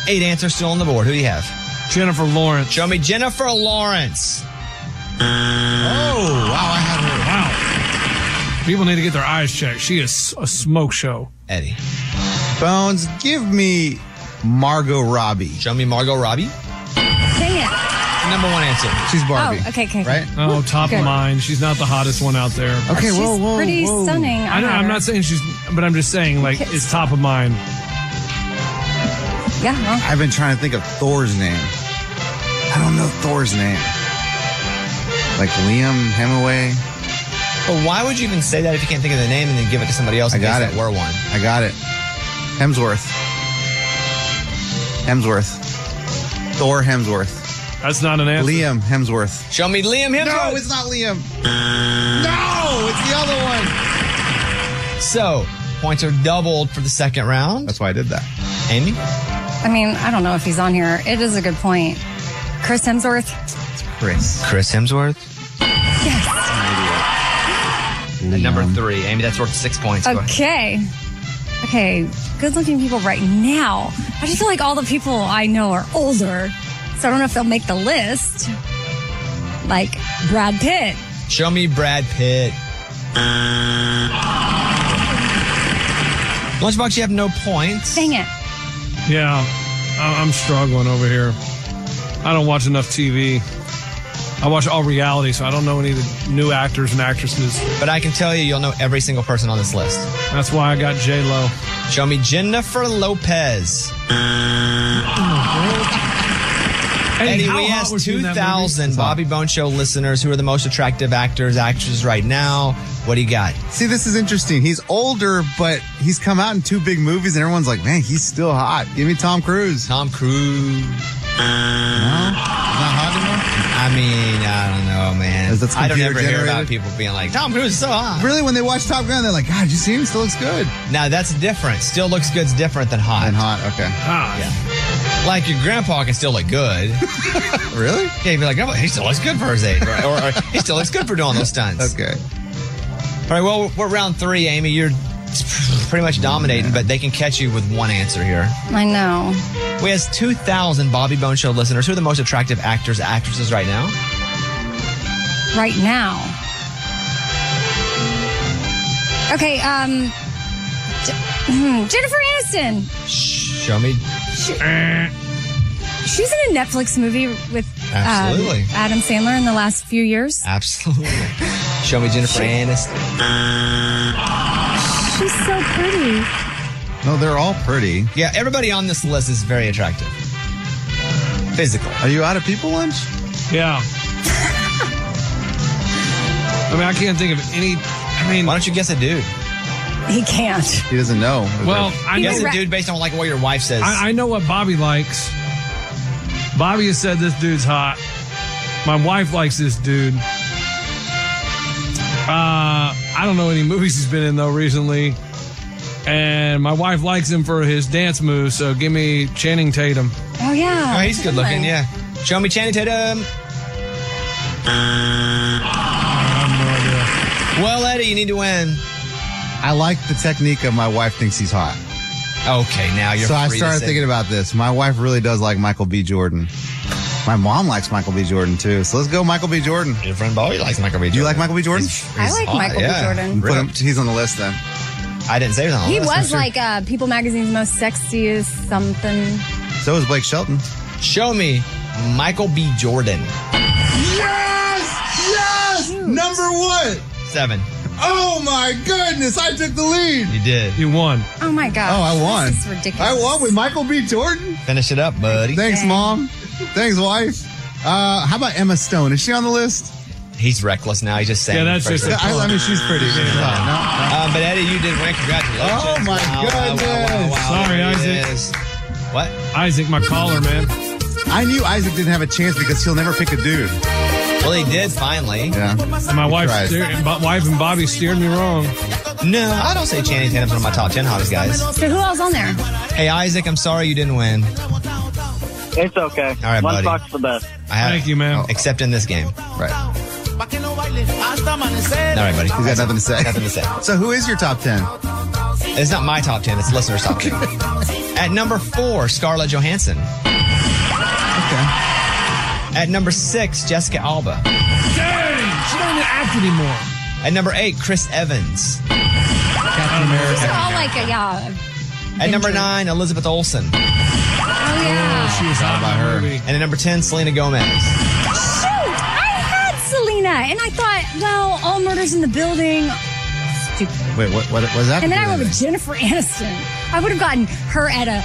S1: Eight answers still on the board. Who do you have?
S7: Jennifer Lawrence.
S1: Show me Jennifer Lawrence.
S6: Oh, wow. I had her.
S7: Wow. People need to get their eyes checked. She is a smoke show.
S1: Eddie.
S6: Bones, give me Margot Robbie.
S1: Show me Margot Robbie.
S2: Sing it.
S1: Number one answer.
S6: She's Barbie.
S2: Oh, okay, okay.
S6: Right?
S7: Oh, top
S2: Good.
S7: of mind. She's not the hottest one out there.
S2: Okay, She's whoa, whoa, pretty whoa. stunning. Uh, I
S7: I know,
S2: had
S7: I'm
S2: her.
S7: not saying she's, but I'm just saying like
S2: Okay.
S7: it's top of mind.
S2: Yeah. well,
S6: I've been trying to think of Thor's name. I don't know Thor's name. Like Liam Hemingway.
S1: But why would you even say that if you can't think of the name and then give it to somebody else?
S6: I
S1: in
S6: got
S1: case
S6: it.
S1: That were one.
S6: I got it. Hemsworth. Hemsworth. Thor Hemsworth.
S7: That's not an answer.
S6: Liam Hemsworth.
S1: Show me Liam Hemsworth.
S6: No, it's not Liam. No, it's the other one.
S1: So points are doubled for the second round.
S6: That's why I did that.
S1: Amy.
S2: I mean, I don't know if he's on here. It is a good point. Chris Hemsworth.
S1: Chris. Chris Hemsworth. At number three, Amy, that's worth six points. Go ahead.
S2: Okay. Okay. Good looking people right now. I just feel like all the people I know are older. So I don't know if they'll make the list. Like Brad Pitt.
S1: Show me Brad Pitt. Lunchbox, you have no points.
S2: Dang it.
S7: Yeah, I- I'm struggling over here. I don't watch enough TV. I watch all reality, so I don't know any of the new actors and actresses.
S1: But I can tell you, you'll know every single person on this list.
S7: That's why I got J Lo.
S1: Show me Jennifer Lopez.
S7: Eddie,
S1: Eddie,
S7: how
S1: we
S7: hot
S1: asked
S7: was she in that movie?
S1: 2,000 Bobby Bone Show listeners who are the most attractive actors, actresses right now. What do you got?
S6: See, this is interesting. He's older, but he's come out in two big movies, and everyone's like, man, he's still hot. Give me Tom Cruise.
S1: Tom Cruise.
S6: Not hot anymore?
S1: I mean, I don't know, man.
S6: Is that's
S1: I don't ever
S6: computer
S1: hear about
S6: generated?
S1: people being like, Tom Cruise is so hot.
S6: Really, when they watch Top Gun, they're like, God, did you see him? Still looks good.
S1: Now, that's different. Still looks good's different than hot.
S6: And hot, okay.
S7: Ah,
S1: Like your grandpa can still look good.
S6: Really?
S1: Yeah, you'd be like, oh, he still looks good for his age. Right? Or, or (laughs) he still looks good for doing those stunts.
S6: Okay.
S1: All right, well, we're round three, Amy. You're pretty much dominating, but they can catch you with one answer here.
S2: I know.
S1: We has 2,000 Bobby Bone Show listeners. Who are the most attractive actors, actresses right now?
S2: Right now. Okay, um J- hmm, Jennifer Aniston.
S1: Show me.
S2: She's in a Netflix movie with um,
S1: Absolutely.
S2: Adam Sandler in the last few years.
S1: Absolutely. Show me Jennifer Aniston.
S2: She's so pretty.
S6: No, they're all pretty.
S1: Yeah, everybody on this list is very attractive. Physical.
S6: Are you out of people lunch?
S7: yeah. I mean, I can't think of any. I mean,
S1: Why don't you guess a dude?
S2: He can't.
S6: He doesn't know.
S7: well, I know
S1: Guess Oh, a
S2: Ra-
S1: dude based on like what your wife says.
S7: I, I know what Bobby likes. Bobby has said this dude's hot. My wife likes this dude. Uh, I don't know any movies he's been in though recently, and my wife likes him for his dance moves. So give me Channing Tatum.
S2: Oh yeah.
S1: oh, he's good looking, yeah. Show me Channing Tatum. Well, Eddie, you need to win.
S6: I like the technique of my wife thinks he's hot.
S1: Okay, now you're
S6: so I
S1: free to
S6: started
S1: say-
S6: thinking about this. My wife really does like Michael B. Jordan. My mom likes Michael B. Jordan too. So let's go, Michael B. Jordan.
S1: Your friend Bobby likes Michael B. Jordan.
S6: Do you like Michael B. Jordan?
S2: I like Michael B. Jordan.
S6: Put him, he's on the list then.
S1: I didn't say it
S6: Oh,
S1: on the
S2: He
S1: list.
S2: was like uh, People Magazine's most sexiest something.
S6: So is Blake Shelton.
S1: Show me Michael B. Jordan.
S6: Yes! Yes! Number one!
S1: Seven.
S6: Oh my goodness, I took the lead.
S1: You did.
S7: You won.
S2: Oh my gosh.
S6: Oh, I won.
S2: This is ridiculous.
S6: I won with Michael B. Jordan.
S1: Finish it up, buddy.
S6: Thanks, Mom. Thanks, wife. Uh, how about Emma Stone? Is she on the list?
S1: He's reckless now. He's just saying.
S7: Yeah, that's
S1: the first
S7: just-
S1: thing.
S6: I, I mean, she's
S7: (laughs)
S6: pretty. No, no.
S1: Um, but Eddie, you did win. Congratulations.
S6: Oh, my goodness.
S7: Sorry,
S1: There it
S7: Isaac.
S1: is. What?
S7: Isaac, my caller, man.
S6: I knew Isaac didn't have a chance because he'll never pick a dude.
S1: Well, he did finally.
S6: Yeah.
S7: And my wife,
S6: tried.
S7: steer, bo- wife and Bobby steered me wrong.
S1: No, I don't say Channing Tatum's one of my top ten hottest guys.
S2: So who else on there?
S1: Hey, Isaac, I'm sorry you didn't win.
S16: It's okay. All
S1: right, buddy.
S16: Lunchbox the best.
S1: I have, Oh,
S7: Thank you, man.
S1: Except in this game. All
S6: Right.
S1: right, buddy.
S6: He's got nothing to say.
S1: Nothing to say.
S6: So who is your top 10?
S1: It's not my top ten. It's listeners'
S6: (laughs)
S1: top ten. At number four, Scarlett Johansson.
S6: Okay.
S1: At number six, Jessica Alba.
S7: Dang! She don't even act anymore.
S1: At number eight, Chris Evans. Captain
S2: These are all
S1: America.
S2: like, a, yeah.
S1: At number nine, Elizabeth Olsen.
S2: Oh, yeah.
S1: was hot by her. And at number ten, Selena Gomez.
S2: Shoot! I had Selena, and I thought, well, all murders in the building.
S6: Wait, what? What was that?
S2: And then I went with Jennifer Aniston. I would have gotten her at a.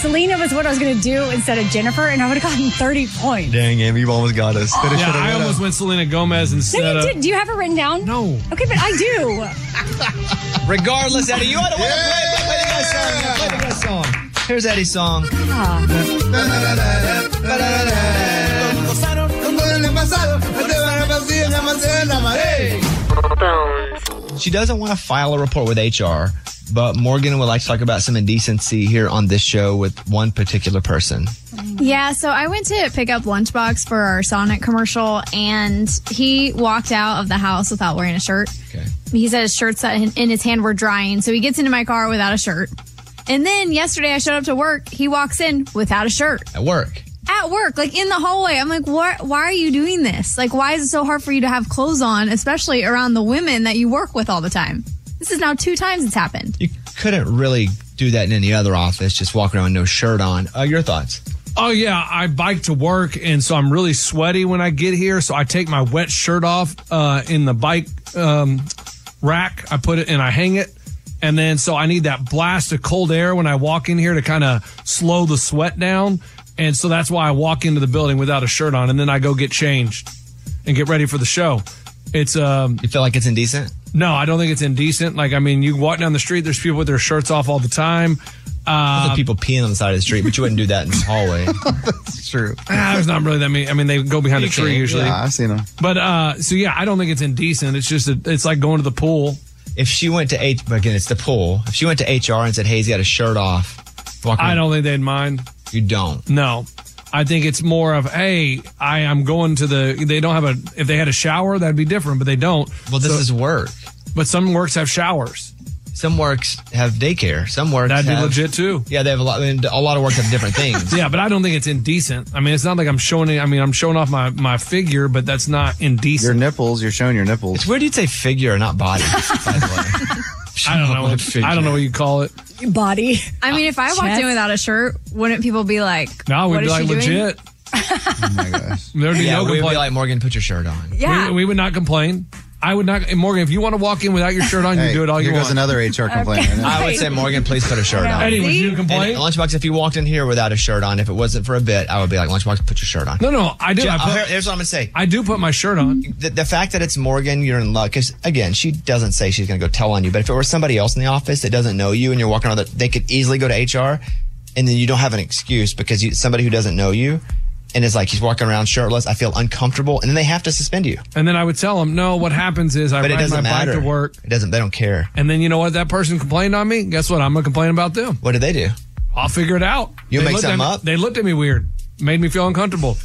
S2: Selena was what I was going to do instead of Jennifer, and I would have gotten 30 points.
S1: Dang, Amy, you almost got us. Coulda,
S7: Yeah,
S1: shoulda,
S7: I
S1: woulda.
S7: almost went Selena Gomez
S2: No,
S7: instead
S2: you
S7: of.
S2: did. Do you have it written down? No. Okay, but I do.
S1: Regardless, Eddie, you ought to want to play, play, play the guy's song. man. Play the guy's song. Here's Eddie's song. She doesn't want to file a report with HR, but Morgan would like to talk about some indecency here on this show with one particular person.
S17: Yeah, so I went to pick up Lunchbox for our Sonic commercial, and he walked out of the house without wearing a shirt. Okay. He said his shirts that in in his hand were drying, so he gets into my car without a shirt. And then yesterday I showed up to work. He walks in without a shirt
S1: At work.
S17: at work, like in the hallway. I'm like, what? Why are you doing this? Like, why is it so hard for you to have clothes on, especially around the women that you work with all the time? This is now two times it's happened.
S1: You couldn't really do that in any other office, just walk around with no shirt on. Uh, your thoughts?
S7: Oh yeah, I bike to work, and so I'm really sweaty when I get here. So I take my wet shirt off uh, in the bike um, rack. I put it and I hang it, and then so I need that blast of cold air when I walk in here to kind of slow the sweat down. And so that's why I walk into the building without a shirt on, and then I go get changed and get ready for the show. It's um.
S1: You feel like it's indecent?
S7: No, I don't think it's indecent. Like I mean, you walk down the street, there's people with their shirts off all the time. Uh,
S1: people peeing on the side of the street, but you wouldn't do that in the
S6: (laughs)
S1: hallway.
S6: It's true.
S7: Ah, there's not really that many. I mean, they go behind
S6: You
S7: a tree
S6: can,
S7: usually.
S6: yeah, I've seen 'em.
S7: But uh, so yeah, I don't think it's indecent. It's just a, it's like going to the pool.
S1: If she went to H, again, it's the pool. If she went to HR and said, "Hey, he's got a shirt off," walk
S7: I don't think they'd mind.
S1: You don't.
S7: No, I think it's more of hey, I am going to the. They don't have a. If they had a shower, that'd be different, but they don't.
S1: Well, this is work.
S7: But some works have showers.
S1: Some works have daycare. Some works
S7: that'd
S1: have-
S7: be legit too.
S1: Yeah, they have a lot. I mean, a lot of works have
S7: (laughs)
S1: different things.
S7: Yeah, but I don't think it's indecent. I mean, it's not like I'm showing. it- I mean, I'm showing off my my figure, but that's not indecent.
S6: Your nipples. You're showing your nipples.
S1: It's weird you'd say figure,
S7: (laughs)
S1: not body.
S7: I don't know. what- I don't know what you call it.
S2: Your body.
S17: I mean, if I walked
S2: Chest.
S17: in without a shirt, wouldn't people be like,
S7: No, we'd
S17: what
S7: be
S17: is
S7: like
S17: she doing?
S7: legit. There'd be
S1: yeah,
S7: no
S1: we'd
S7: complaint.
S1: be like Morgan, put your shirt on.
S17: Yeah.
S7: We, we would not complain. I would not. and Morgan, if you want to walk in without your shirt on, you
S1: Hey,
S7: do it all
S1: here
S7: you
S1: goes
S7: want.
S1: another HR complaint Okay. right (laughs) now. I would say, Morgan, please put a shirt on.
S7: Eddie, would you
S1: And
S7: complain?
S1: at Lunchbox, if you walked in here without a shirt on, if it wasn't for a bit, I would be like, Lunchbox, put your shirt on.
S7: No, no, I do.
S1: Yeah,
S7: I put-
S1: oh, here- here's what I'm gonna say.
S7: I do put my shirt on.
S1: The, the fact that it's Morgan, you're in luck. Because again, she doesn't say she's gonna go tell on you. But if it were somebody else in the office that doesn't know you and you're walking around, the, they could easily go to HR, and then you don't have an excuse because you, somebody who doesn't know you and is like he's walking around shirtless. I feel uncomfortable, and then they have to suspend you.
S7: And then I would tell them, no, what happens is I
S1: But it
S7: ride my
S1: doesn't matter.
S7: bike to work.
S1: It doesn't. They don't care.
S7: And then you know what? That person complained on me. Guess what? I'm going to complain about them.
S1: What did they do?
S7: I'll figure it out.
S1: You
S7: They
S1: make
S7: looked at
S1: something
S7: me-
S1: up?
S7: They looked at me weird. Made me feel uncomfortable.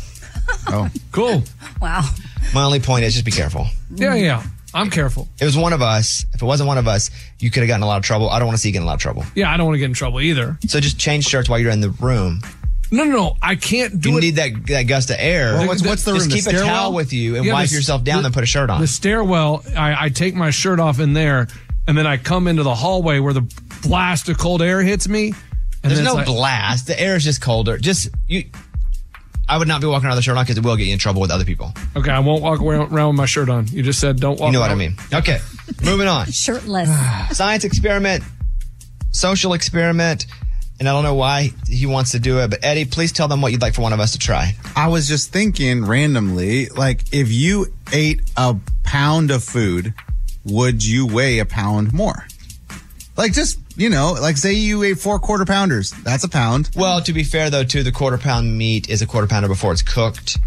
S1: Oh,
S7: cool.
S2: Wow.
S1: (laughs) My only point is just be careful.
S7: Yeah, yeah. I'm careful.
S1: It was one of us. If it wasn't one of us, you could have gotten in a lot of trouble. I don't want to see you get in a lot of trouble.
S7: Yeah, I don't want to get in trouble either.
S1: So just change shirts while you're in the room.
S7: No, no, no. I can't do
S1: you
S7: it.
S1: need that that gust of air.
S7: Well, what's- what's the
S1: just
S7: room, the
S1: keep a towel
S7: stairwell?
S1: with you and
S7: Yeah,
S1: wipe
S7: the-
S1: yourself down,
S7: the-
S1: then put a shirt on.
S7: The stairwell, I, I take my shirt off in there, and then I come into the hallway where the blast of cold air hits me. And
S1: There's
S7: then it's
S1: no
S7: like-
S1: blast. The air is just colder. Just you. I would not be walking around with a shirt on because it will get you in trouble with
S7: (laughs)
S1: other people.
S7: Okay, I won't walk wa- around with my shirt on. You just said don't walk.
S1: You know what I
S7: around-
S1: mean? Okay, moving on.
S2: Shirtless.
S1: (sighs) Science experiment, social experiment, and I don't know why he wants to do it, but Eddie, please tell them what you'd like for one of us to try.
S6: I was just thinking randomly, like if you ate a pound of food, would you weigh a pound more? Like just you know, like say you ate four quarter pounders, that's a pound.
S1: Well, to be fair though, too, the quarter pound meat is a quarter pounder before it's cooked,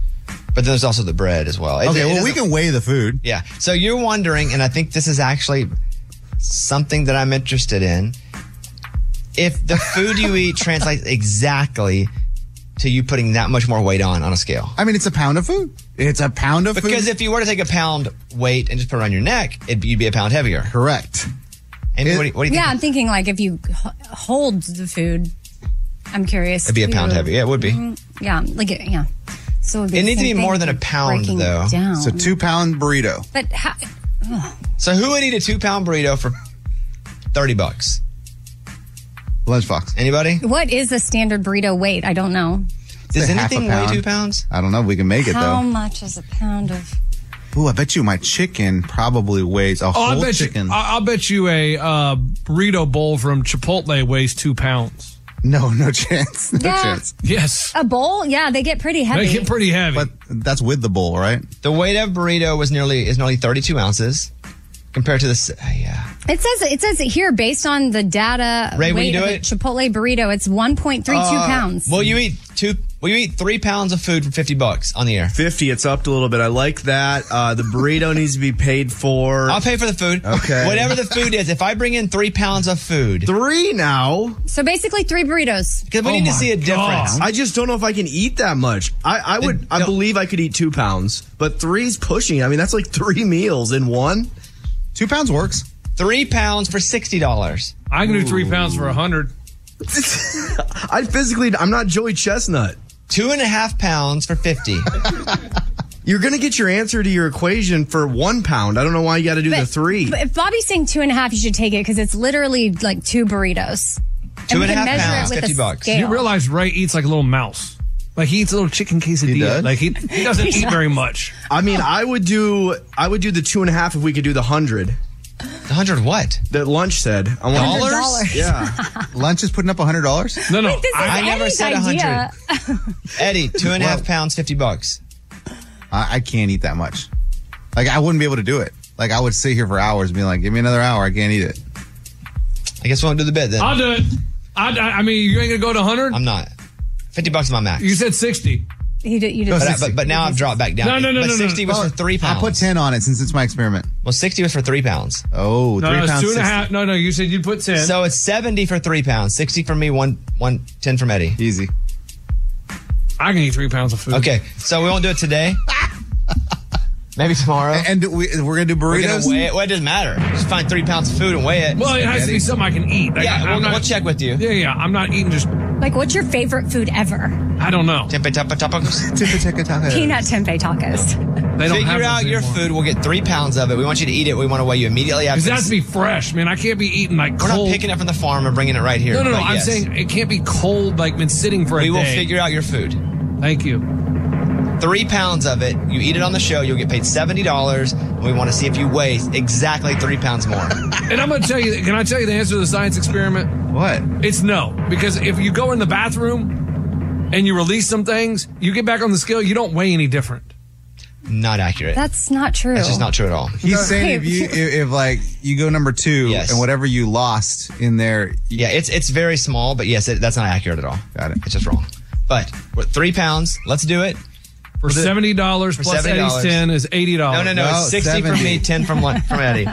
S1: but then there's also the bread as well. It-
S6: okay,
S1: it
S6: well we
S1: doesn't-
S6: can weigh the food.
S1: Yeah. So you're wondering, and I think this is actually something that I'm interested in. If the food you eat translates exactly to you putting that much more weight on on a scale.
S6: I mean, it's a pound of food. It's a pound of food.
S1: Because if you were to take a pound weight and just put it on your neck, it'd be, you'd be a pound heavier.
S6: Correct.
S1: And what, do you, what do you
S2: yeah,
S1: think?
S2: I'm thinking like if you h- hold the food, I'm curious.
S1: It'd be a
S2: to-
S1: pound heavier. Yeah, it would be.
S2: Yeah, like yeah. So would be
S1: It
S2: the
S1: needs to be
S2: same
S1: more
S2: thing
S1: than a
S2: for
S1: pound,
S2: breaking it
S1: though.
S2: Down.
S6: two pound burrito.
S2: But how, ugh.
S1: So who would eat a two pound burrito for thirty bucks?
S6: Lunchbox.
S1: Anybody?
S2: what is the standard burrito weight? I don't know.
S1: Does
S6: Say half a
S1: anything weigh
S6: pound.
S1: two pounds?
S6: I don't know. We can make it
S2: How
S6: though.
S2: much is a pound of?
S1: (laughs)
S6: Ooh, I bet you my chicken probably weighs a
S7: Oh, I
S6: whole
S7: bet
S6: chicken.
S7: you. I, I'll bet you a uh, burrito bowl from Chipotle weighs two pounds.
S6: No, no chance. No
S2: Yeah.
S6: chance.
S7: Yes.
S2: A bowl? Yeah, they get pretty heavy.
S7: pretty heavy.
S6: But that's with the bowl, right?
S1: The weight of burrito was nearly is nearly thirty two ounces compared to this. yeah,
S2: It says it says it here based on the data
S1: Ray, will
S2: weight
S1: you do
S2: of a
S1: it?
S2: Chipotle burrito. It's 1.32
S1: Uh,
S2: pounds.
S1: Will you eat two? Will you eat three pounds of food for fifty bucks on the air?
S10: Fifty. It's upped a little bit. I like that. Uh, the burrito (laughs) needs to be paid for.
S1: I'll pay for the food.
S10: Okay.
S1: Whatever the food is, if I bring in three pounds of food,
S10: three now.
S2: So basically, three burritos.
S1: Because we
S6: Oh
S1: need to see a difference.
S10: I just don't know if I can eat that much. I, I would. I believe I could eat two pounds, but three's pushing. I mean, that's like three meals in one.
S6: Two pounds works.
S1: Three pounds for sixty dollars.
S7: I can do three pounds for a hundred.
S10: I physically. I'm not Joey Chestnut.
S1: Two and a half pounds for fifty.
S10: (laughs) You're gonna get your answer to your equation for one pound. I don't know why you got to do the three.
S2: But if Bobby's saying two and a half, you should take it because it's literally like two burritos.
S7: Two and a half
S2: measure it with a scale.
S7: You realize Ray eats like a little mouse. Like he eats a little chicken quesadilla.
S10: does?
S7: Like he, he doesn't
S2: (laughs) He
S7: eat very
S2: does.
S7: much.
S10: I mean, I would do. I would do the two and a half if we could do the hundred.
S1: The hundred what?
S10: That lunch said. I want-
S2: $100.
S10: Yeah.
S14: (laughs)
S6: Lunch is putting up hundred dollars.
S7: No, no.
S2: Wait, this is
S1: I never
S2: Eddie's
S1: said a
S2: idea.
S1: hundred. Eddie, two and a half pounds, fifty bucks.
S6: I, I can't eat that much. Like I wouldn't be able to do it. Like I would sit here for hours, being like, "Give me another hour. I can't eat it."
S1: I guess we won't do the bid then.
S7: I'll do it. I, I, I mean, you ain't gonna go to hundred.
S1: I'm not. Fifty bucks is my max.
S7: You said sixty.
S2: You did. You did.
S1: But, but, but now I've dropped back down.
S7: No, no, no,
S1: But
S7: no, no.
S1: sixty was
S6: Well,
S1: for three pounds.
S6: I put ten on it since it's my experiment.
S1: well, sixty was for three pounds.
S6: Oh,
S7: No,
S6: three
S7: no, it's
S6: pounds.
S7: two and a
S6: 60.
S7: half. No, no. You said you'd put ten.
S1: So it's seventy for three pounds. Sixty for me, one one ten from Eddie.
S6: Easy.
S7: I can eat three pounds of food.
S1: Okay, so we won't do it today. Maybe tomorrow.
S6: And do we, we're gonna do
S1: We're gonna
S6: burritos.
S1: weigh it. Well, it doesn't matter. Just find three pounds of food and weigh it.
S7: Well, it has to be something I can eat. Like,
S1: yeah,
S7: I,
S1: we'll,
S7: am not,
S1: we'll check with you.
S7: Yeah, yeah. I'm not eating just.
S2: like, what's your favorite food ever?
S7: I don't know.
S1: Tempe tapa
S6: (laughs)
S1: tacos.
S6: Ticka ticka taco.
S2: Peanut tempeh tacos.
S7: They don't have
S1: Figure
S7: those
S1: out your
S7: anymore.
S1: food. We'll get three pounds of it. We want you to eat it. We want to weigh you immediately after.
S7: Because that's
S1: this.
S7: be fresh, man. I can't be eating like
S1: We're
S7: cold.
S1: not picking it from the farm and bringing it right here.
S7: no, no, no.
S1: but
S7: I'm
S1: yes.
S7: saying it can't be cold. Like been sitting for a
S1: we will
S7: day.
S1: figure out your food.
S7: Thank you.
S1: Three pounds of it. You eat it on the show. You'll get paid seventy dollars. And we want to see if you weigh exactly three pounds more.
S7: (laughs) And I'm going to tell you, can I tell you the answer to the science experiment?
S6: What?
S7: It's no. Because if you go in the bathroom and you release some things, you get back on the scale, you don't weigh any different.
S1: not accurate. That's,
S2: That's not true.
S1: just not true at all.
S6: He's saying if you if, if like you go number two
S1: Yes.
S6: and whatever you lost in there, you
S1: Yeah, it's it's very small, but yes, it, that's not accurate at all.
S6: got it.
S1: It's just wrong. But we're three pounds. Let's do it.
S7: For $70 plus
S1: $70.
S7: Eddie's 10 is $80.
S1: No, no, no.
S6: No,
S1: it's 60 from
S6: 70.
S1: me, 10 from one,
S6: (laughs)
S1: from Eddie.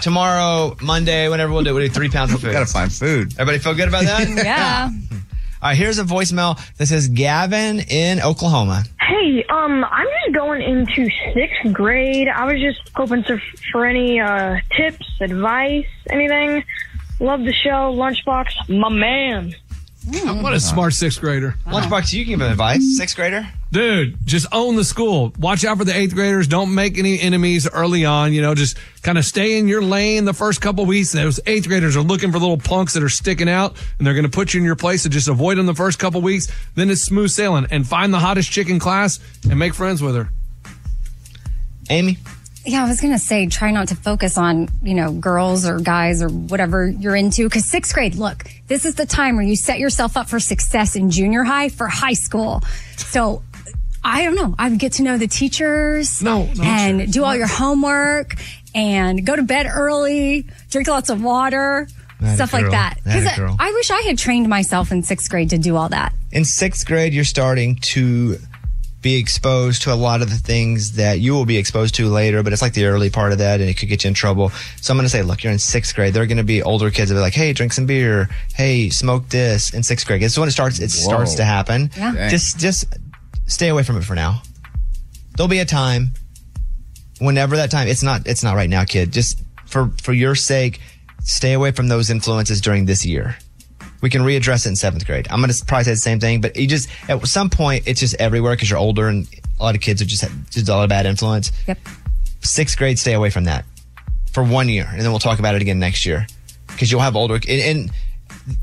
S1: Tomorrow, Monday, whenever we'll do it, we'll do three pounds of
S6: You (laughs)
S1: food.
S6: gotta find food.
S1: Everybody feel good
S14: (laughs)
S1: about that?
S2: Yeah.
S1: All right, here's a voicemail. This is Gavin in Oklahoma.
S14: Hey, um, I'm just going into sixth grade. I was just hoping to, for any uh, tips, advice, anything. Love the show, Lunchbox, my man.
S10: Mm.
S7: What a smart sixth grader.
S1: Lunchbox, you can give advice. Sixth grader?
S7: Dude, just own the school. Watch out for the eighth graders. Don't make any enemies early on. You know, just kind of stay in your lane the first couple weeks. Those eighth graders are looking for little punks that are sticking out and they're going to put you in your place. So just avoid them the first couple weeks. Then it's smooth sailing and find the hottest chick in class and make friends with her.
S1: Amy?
S2: Yeah, I was gonna say try not to focus on you know girls or guys or whatever you're into because sixth grade. Look, this is the time where you set yourself up for success in junior high for high school. So. I don't know. I would get to know the teachers
S7: No, no.
S2: and do all your homework and go to bed early, drink lots of water,
S1: That
S2: stuff
S1: a
S2: like
S1: girl.
S2: that.
S1: That a
S2: I-
S1: girl.
S2: I wish I had trained myself in sixth grade to do all that.
S1: In sixth grade, you're starting to be exposed to a lot of the things that you will be exposed to later, but it's like the early part of that and it could get you in trouble. So I'm going to say, look, you're in sixth grade. There are going to be older kids that are like, hey, drink some beer. Hey, smoke this in sixth grade. It's when it starts, it starts to happen.
S2: Yeah. Dang.
S1: Just, just stay away from it for now. There'll be a time whenever that time, it's not, it's not right now, kid. Just for, for your sake, stay away from those influences during this year. We can readdress it in seventh grade. I'm going to probably say the same thing, but you just, at some point, it's just everywhere because you're older and a lot of kids are just, just a lot of bad influence.
S2: Yep.
S1: Sixth grade, stay away from that for one year, and then we'll talk about it again next year because you'll have older. And, and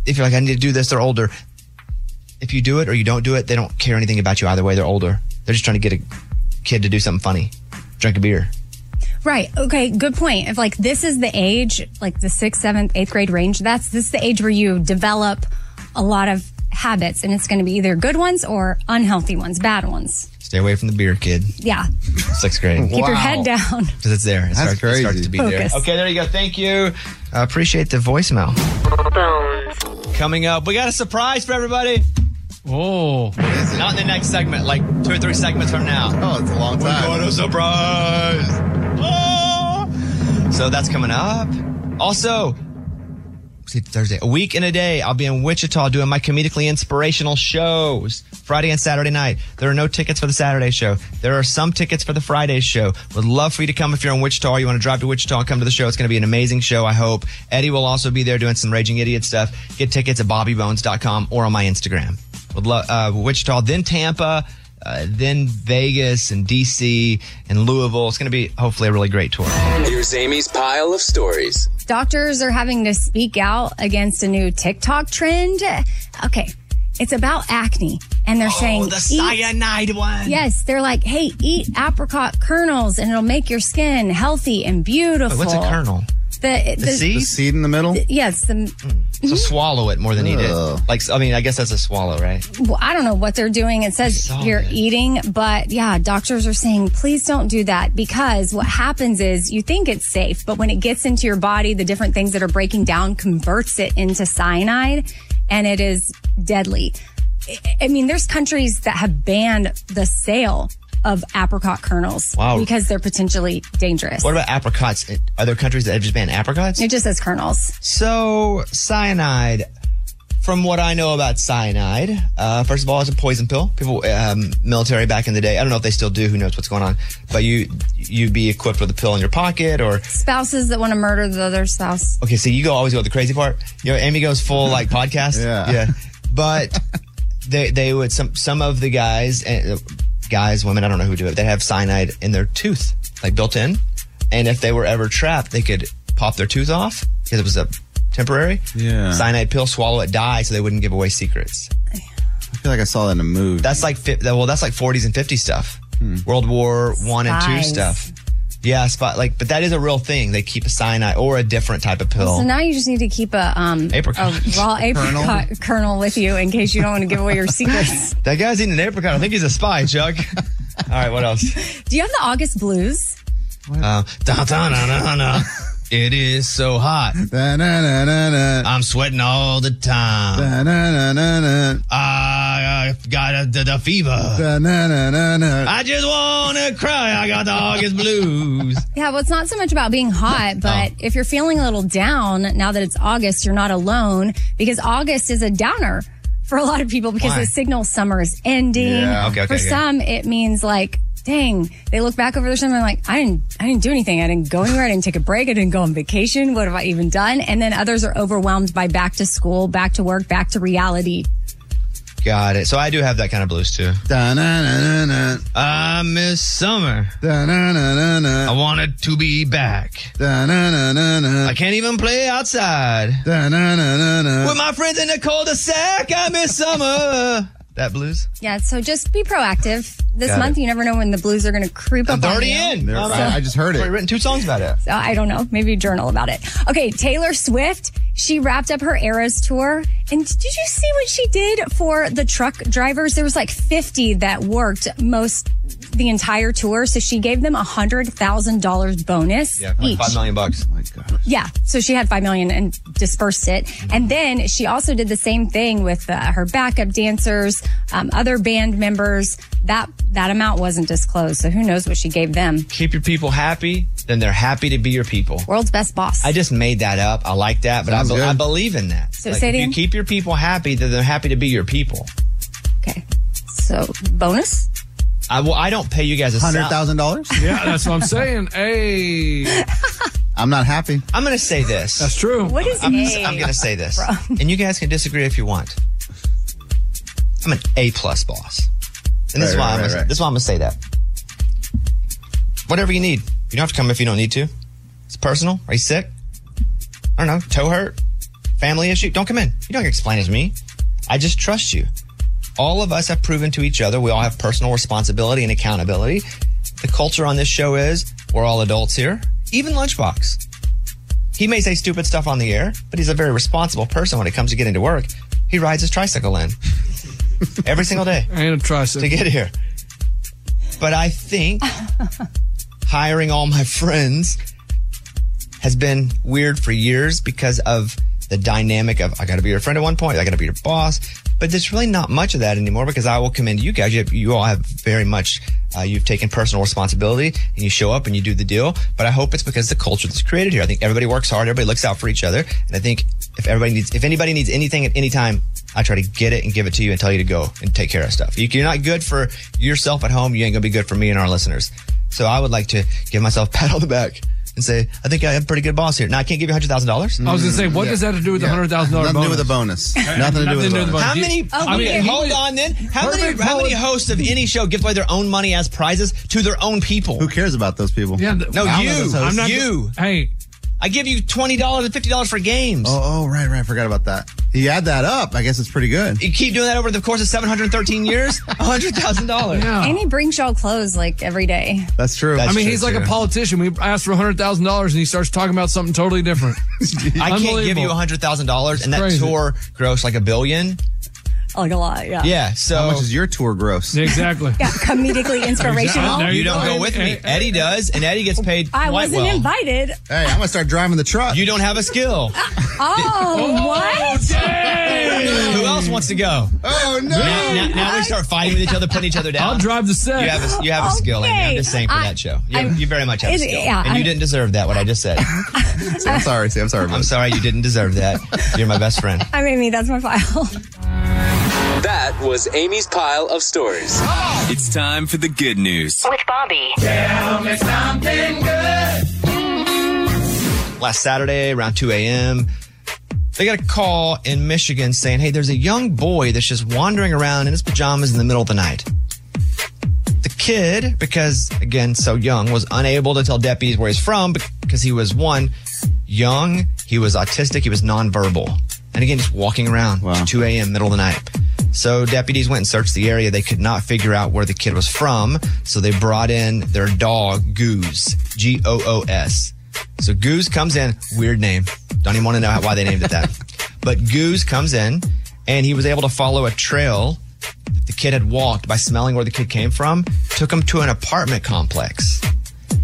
S1: if you're like, I need to do this, they're older. If you do it or you don't do it, they don't care anything about you either way. They're older. They're just trying to get a kid to do something funny, drink a beer.
S2: Right. Okay. Good point. If like this is the age, like the sixth, seventh, eighth grade range, that's this is the age where you develop a lot of habits, and it's going to be either good ones or unhealthy ones, bad ones.
S1: Stay away from the beer, kid.
S2: Yeah.
S1: Sixth
S2: (laughs)
S1: grade.
S2: Keep your head down.
S1: Because it's there. It starts, it starts to be
S2: Focus.
S1: there. Okay, there you go. Thank you. I appreciate the voicemail. Coming up, we got a surprise for everybody.
S7: Oh.
S1: Not in the next segment, like two or three segments from now.
S6: Oh, it's a long time.
S1: We got a surprise. Oh! So that's coming up. Also, see, Thursday, a week and a day, I'll be in Wichita doing my comedically inspirational shows Friday and Saturday night. There are no tickets for the Saturday show. There are some tickets for the Friday show. Would love for you to come if you're in Wichita. Or you want to drive to Wichita and come to the show. It's going to be an amazing show, I hope. Eddie will also be there doing some Raging Idiot stuff. Get tickets at bobbybones.com or on my Instagram. Would love uh, Wichita, then Tampa. Uh, then Vegas and DC and Louisville. It's going to be hopefully a really great tour.
S18: Here's Amy's pile of stories.
S2: Doctors are having to speak out against a new TikTok trend. Okay. It's about acne. And they're saying
S1: Oh, the
S2: "Eat-
S1: cyanide one.
S2: Yes, they're like, hey, eat apricot kernels and it'll make your skin healthy and beautiful.
S1: What's a kernel?
S2: The,
S1: The seed? Hmm. The seed
S6: in the middle? Oh.
S2: Yes. The,
S1: So swallow it more than eat it. Like I mean, I guess that's a swallow, right?
S2: well, I don't know what they're doing. It says you're eating, but yeah, doctors are saying, please don't do that because what happens is you think it's safe, but when it gets into your body, the different things that are breaking down converts it into cyanide and it is deadly. I- I mean, there's countries that have banned the sale of apricot kernels
S1: Wow.
S2: because they're potentially dangerous.
S1: What about apricots? Are there countries that have just banned apricots?
S2: It just says kernels.
S1: So cyanide. From what I know about cyanide, uh, first of all, it's a poison pill. People, um, military back in the day, I don't know if they still do. Who knows what's going on? But you, you'd be equipped with a pill in your pocket, or
S2: Spouses that want to murder the other spouse.
S1: Okay, so you go always go with the crazy part. You know, Amy goes full like podcast. Yeah, yeah. But they they would some some of the guys and guys women I don't know who do it. They have cyanide in their tooth like built in, and if they were ever trapped, they could pop their tooth off because it was a temporary
S6: Yeah.
S1: cyanide pill. Swallow it, die, so they wouldn't give away secrets.
S6: I feel like I saw that in a movie.
S1: That's like fi- well, that's like 40s and 50s stuff. World War One and Two
S2: Spies.
S1: stuff. Yeah, spot like, but that is a real thing. They keep a cyanide or a different type of pill.
S2: So now you just need to keep a um
S1: Oh. Apricot.
S2: a
S1: (laughs)
S2: raw apricot (laughs) kernel. with you in case you don't want to give away your
S1: (laughs)
S2: secrets.
S1: That guy's eating an apricot. I think he's a spy, Chuck. (laughs) All right, what else?
S2: Do you have the August blues?
S1: Uh, da, da, na, na, na. It is so hot. I'm sweating all the time. I uh, got a, the, the fever. I just wanna cry. I got the August blues.
S2: Yeah, well, it's not so much about being hot, but if you're feeling a little down now that it's August, you're not alone because August is a downer for a lot of people because
S1: Why?
S2: it signals summer is ending.
S1: Yeah, okay, okay,
S2: for
S1: okay.
S2: some, it means like, dang, they look back over their summer and like, I didn't, I didn't do anything. I didn't go anywhere. I didn't take a break. I didn't go on vacation. What have I even done? And then others are overwhelmed by back to school, back to work, back to reality.
S1: Got it. So I do have that kind of blues too. I miss summer. I want it to be back. I can't even play outside. With my friends in Uh, the cul-de-sac, I miss summer. That blues?
S2: Yeah, so just be proactive. This
S1: Got
S2: month, you never know when the blues are going to creep up.
S1: I'm
S2: on
S1: already
S2: you.
S1: in.
S2: So-
S1: heard it. I've already written two songs about it.
S2: So I don't know. Maybe journal about it. Okay, Taylor Swift. She wrapped up her Eras tour, and did you see what she did for the truck drivers? There was like fifty that worked most the entire tour, so she gave them a hundred thousand dollars bonus
S1: Yeah, like
S2: each.
S1: five million bucks.
S2: Yeah, so she had five million and dispersed it, and then she also did the same thing with uh, her backup dancers, um, other band members. That that amount wasn't disclosed, so who knows what she gave them?
S1: Keep your people happy, then they're happy to be your people.
S2: World's best boss.
S1: I just made that up. I like that, but I,
S2: Sounds good.
S1: be- I believe in that.
S2: So
S1: Like,
S2: say it
S1: if you
S2: again.
S1: keep your people happy, then they're happy to be your people.
S2: So bonus.
S1: I, well, I don't pay you guys a sal-
S7: (laughs)
S6: $100,000?
S7: Yeah, that's what I'm saying. Hey.
S6: I'm not happy.
S1: I'm going to say this. That's
S7: true.
S2: What is
S1: I'm,
S2: A?
S1: I'm going to say this, and you guys can disagree if you want. I'm an A plus boss, and this is
S19: Right,
S1: why
S19: right,
S1: I'm.
S19: right,
S1: gonna,
S19: right.
S1: This is why I'm going to say that. Whatever you need, you don't have to come if you don't need to. It's personal. Are you sick? I don't know. Toe hurt? Family issue? Don't come in. You don't explain it to me. I just trust you. All of us have proven to each other we all have personal responsibility and accountability. The culture on this show is we're all adults here, even Lunchbox. He may say stupid stuff on the air, but he's a very responsible person when it comes to getting to work. He rides his tricycle in every
S7: (laughs)
S1: single day.
S7: And a tricycle.
S1: To get here. But I think hiring all my friends has been weird for years because of the dynamic of I got to be your friend at one point, I got to be your boss. But there's really not much of that anymore because I will commend you guys. You, have, you all have very much, uh, you've taken personal responsibility and you show up and you do the deal. But I hope it's because the culture that's created here. I think everybody works hard, everybody looks out for each other. And I think if everybody needs, if anybody needs anything at any time, I try to get it and give it to you and tell you to go and take care of stuff. You- You're not good for yourself at home. You ain't going to be good for me and our listeners. So I would like to give myself a pat on the back and say, I think I am a pretty good boss here. Now, I can't give you $100,000. I was
S7: I was going to say, what does that have to do with the hundred thousand dollars?
S6: Nothing to do with the bonus.
S7: (laughs)
S6: Nothing to do with the bonus.
S1: How many?
S7: Oh,
S1: I mean, hold on then. How many?
S7: Perfect
S1: How many
S7: Pollard-
S1: hosts of any show give away their own money as prizes to their own people? Who
S6: cares about those people? Yeah, I
S1: no,
S6: don't know
S1: you.
S6: those hosts.
S1: I'm not you.
S7: Hey,
S1: I give you twenty dollars and fifty dollars for games.
S6: Oh, oh, right, right. I forgot about that. You add that up, I guess it's pretty good.
S1: You keep doing that over the course of seven hundred thirteen years,
S7: (laughs)
S1: hundred thousand dollars.
S2: And he brings y'all clothes like every day.
S6: That's true.
S7: I mean, he's like a politician. We asked for hundred thousand dollars, and he starts talking about something totally different.
S1: (laughs) I can't give
S7: Unbelievable.
S1: you hundred thousand dollars, and that
S7: Crazy.
S1: tour grossed like a billion.
S2: Like a lot, yeah.
S1: Yeah. So
S6: how much is your tour gross?
S7: Exactly.
S2: Yeah, comedically inspirational.
S1: You, don't go
S6: (laughs)
S1: with me. (laughs) Eddie does, and Eddie gets paid.
S2: I
S1: quite
S2: wasn't
S1: well.
S2: invited.
S6: Hey, I'm gonna start driving the truck.
S1: You don't have a skill.
S2: (laughs) Oh, what?
S1: Who else wants to go?
S6: Oh no!
S1: Now, now- now they start fighting with each other, putting each other down. I'll
S7: drive the set.
S1: You have a, you have a skill, Amy. I'm
S2: Okay.
S1: just saying for
S2: I-
S1: that show. You,
S2: I'm-
S1: you very much have a
S2: It-
S1: skill,
S2: yeah,
S1: and
S2: I'm-
S1: you didn't deserve that. What
S2: (laughs)
S1: I just said.
S6: I'm sorry, Sam. I'm sorry.
S1: I'm sorry. You didn't deserve that. You're my best friend.
S2: I mean, me, that's my file.
S18: That was Amy's pile of stories.
S11: It's time for the good news.
S3: With Bobby. Tell me something good.
S1: last Saturday around 2 a.m. They got a call in Michigan saying, hey, there's a young boy that's just wandering around in his pajamas in the middle of the night. The kid, because again, so young, was unable to tell deputies where he's from because he was one, young, he was autistic, he was nonverbal. And again, just walking around 2 a.m., middle of the night. So deputies went and searched the area. They could not figure out where the kid was from. So they brought in their dog, Goose, G O O S. So Goose comes in, weird name. Don't even want to know how- why they named it that. but Goose comes in and he was able to follow a trail that the kid had walked by smelling where the kid came from, took him to an apartment complex.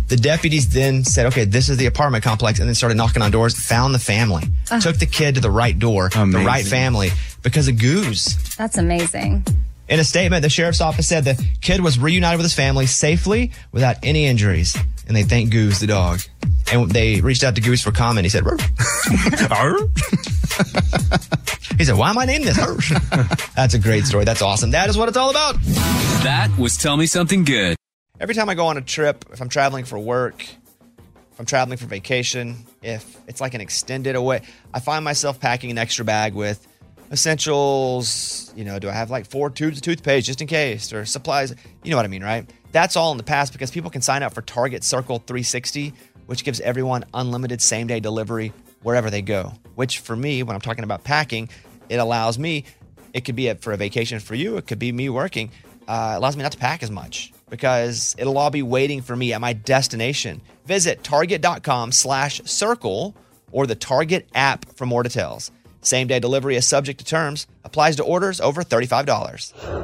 S1: The deputies then said, okay, this is the apartment complex, and then started knocking on doors, found the family, took the kid to the right door, the right
S2: Amazing.
S1: family, because of Goose.
S2: That's amazing.
S1: In a statement, the sheriff's office said the kid was reunited with his family safely without any injuries, and they thank Goose the dog. And they reached out to Goose for comment. He said, "Rrr." He said, "Why am I named this?" Rrr. (laughs) That's a great story. That's awesome. That is what it's all about.
S11: That was Tell Me Something Good.
S1: Every time I go on a trip, if I'm traveling for work, if I'm traveling for vacation, if it's like an extended away, I find myself packing an extra bag with essentials. You know, do I have like four tubes of toothpaste just in case or supplies? You know what I mean, right? That's all in the past because people can sign up for Target Circle 360, which gives everyone unlimited same day delivery wherever they go. Which for me, when I'm talking about packing, it allows me it could be a, for a vacation for you. It could be me working. Uh, it allows me not to pack as much because it'll all be waiting for me at my destination. Visit target.com slash circle or the Target app for more details. Same day delivery is subject to terms. Applies to orders over $35.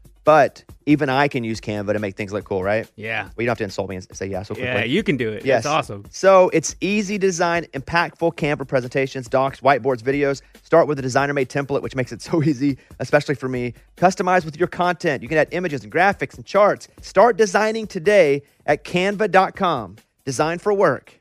S1: But even I can use Canva to make things look cool, right?
S20: Yeah.
S1: Well, you don't have to insult me and say yeah so quickly.
S20: Yeah, you can do it.
S1: Yes.
S20: It's awesome.
S1: So it's easy design, impactful Canva presentations, docs, whiteboards, videos. Start with a designer made template, which makes it (laughs) so easy, especially for me. Customize with your content. You can add images and graphics and charts. Start designing today at canva.com. Design for work.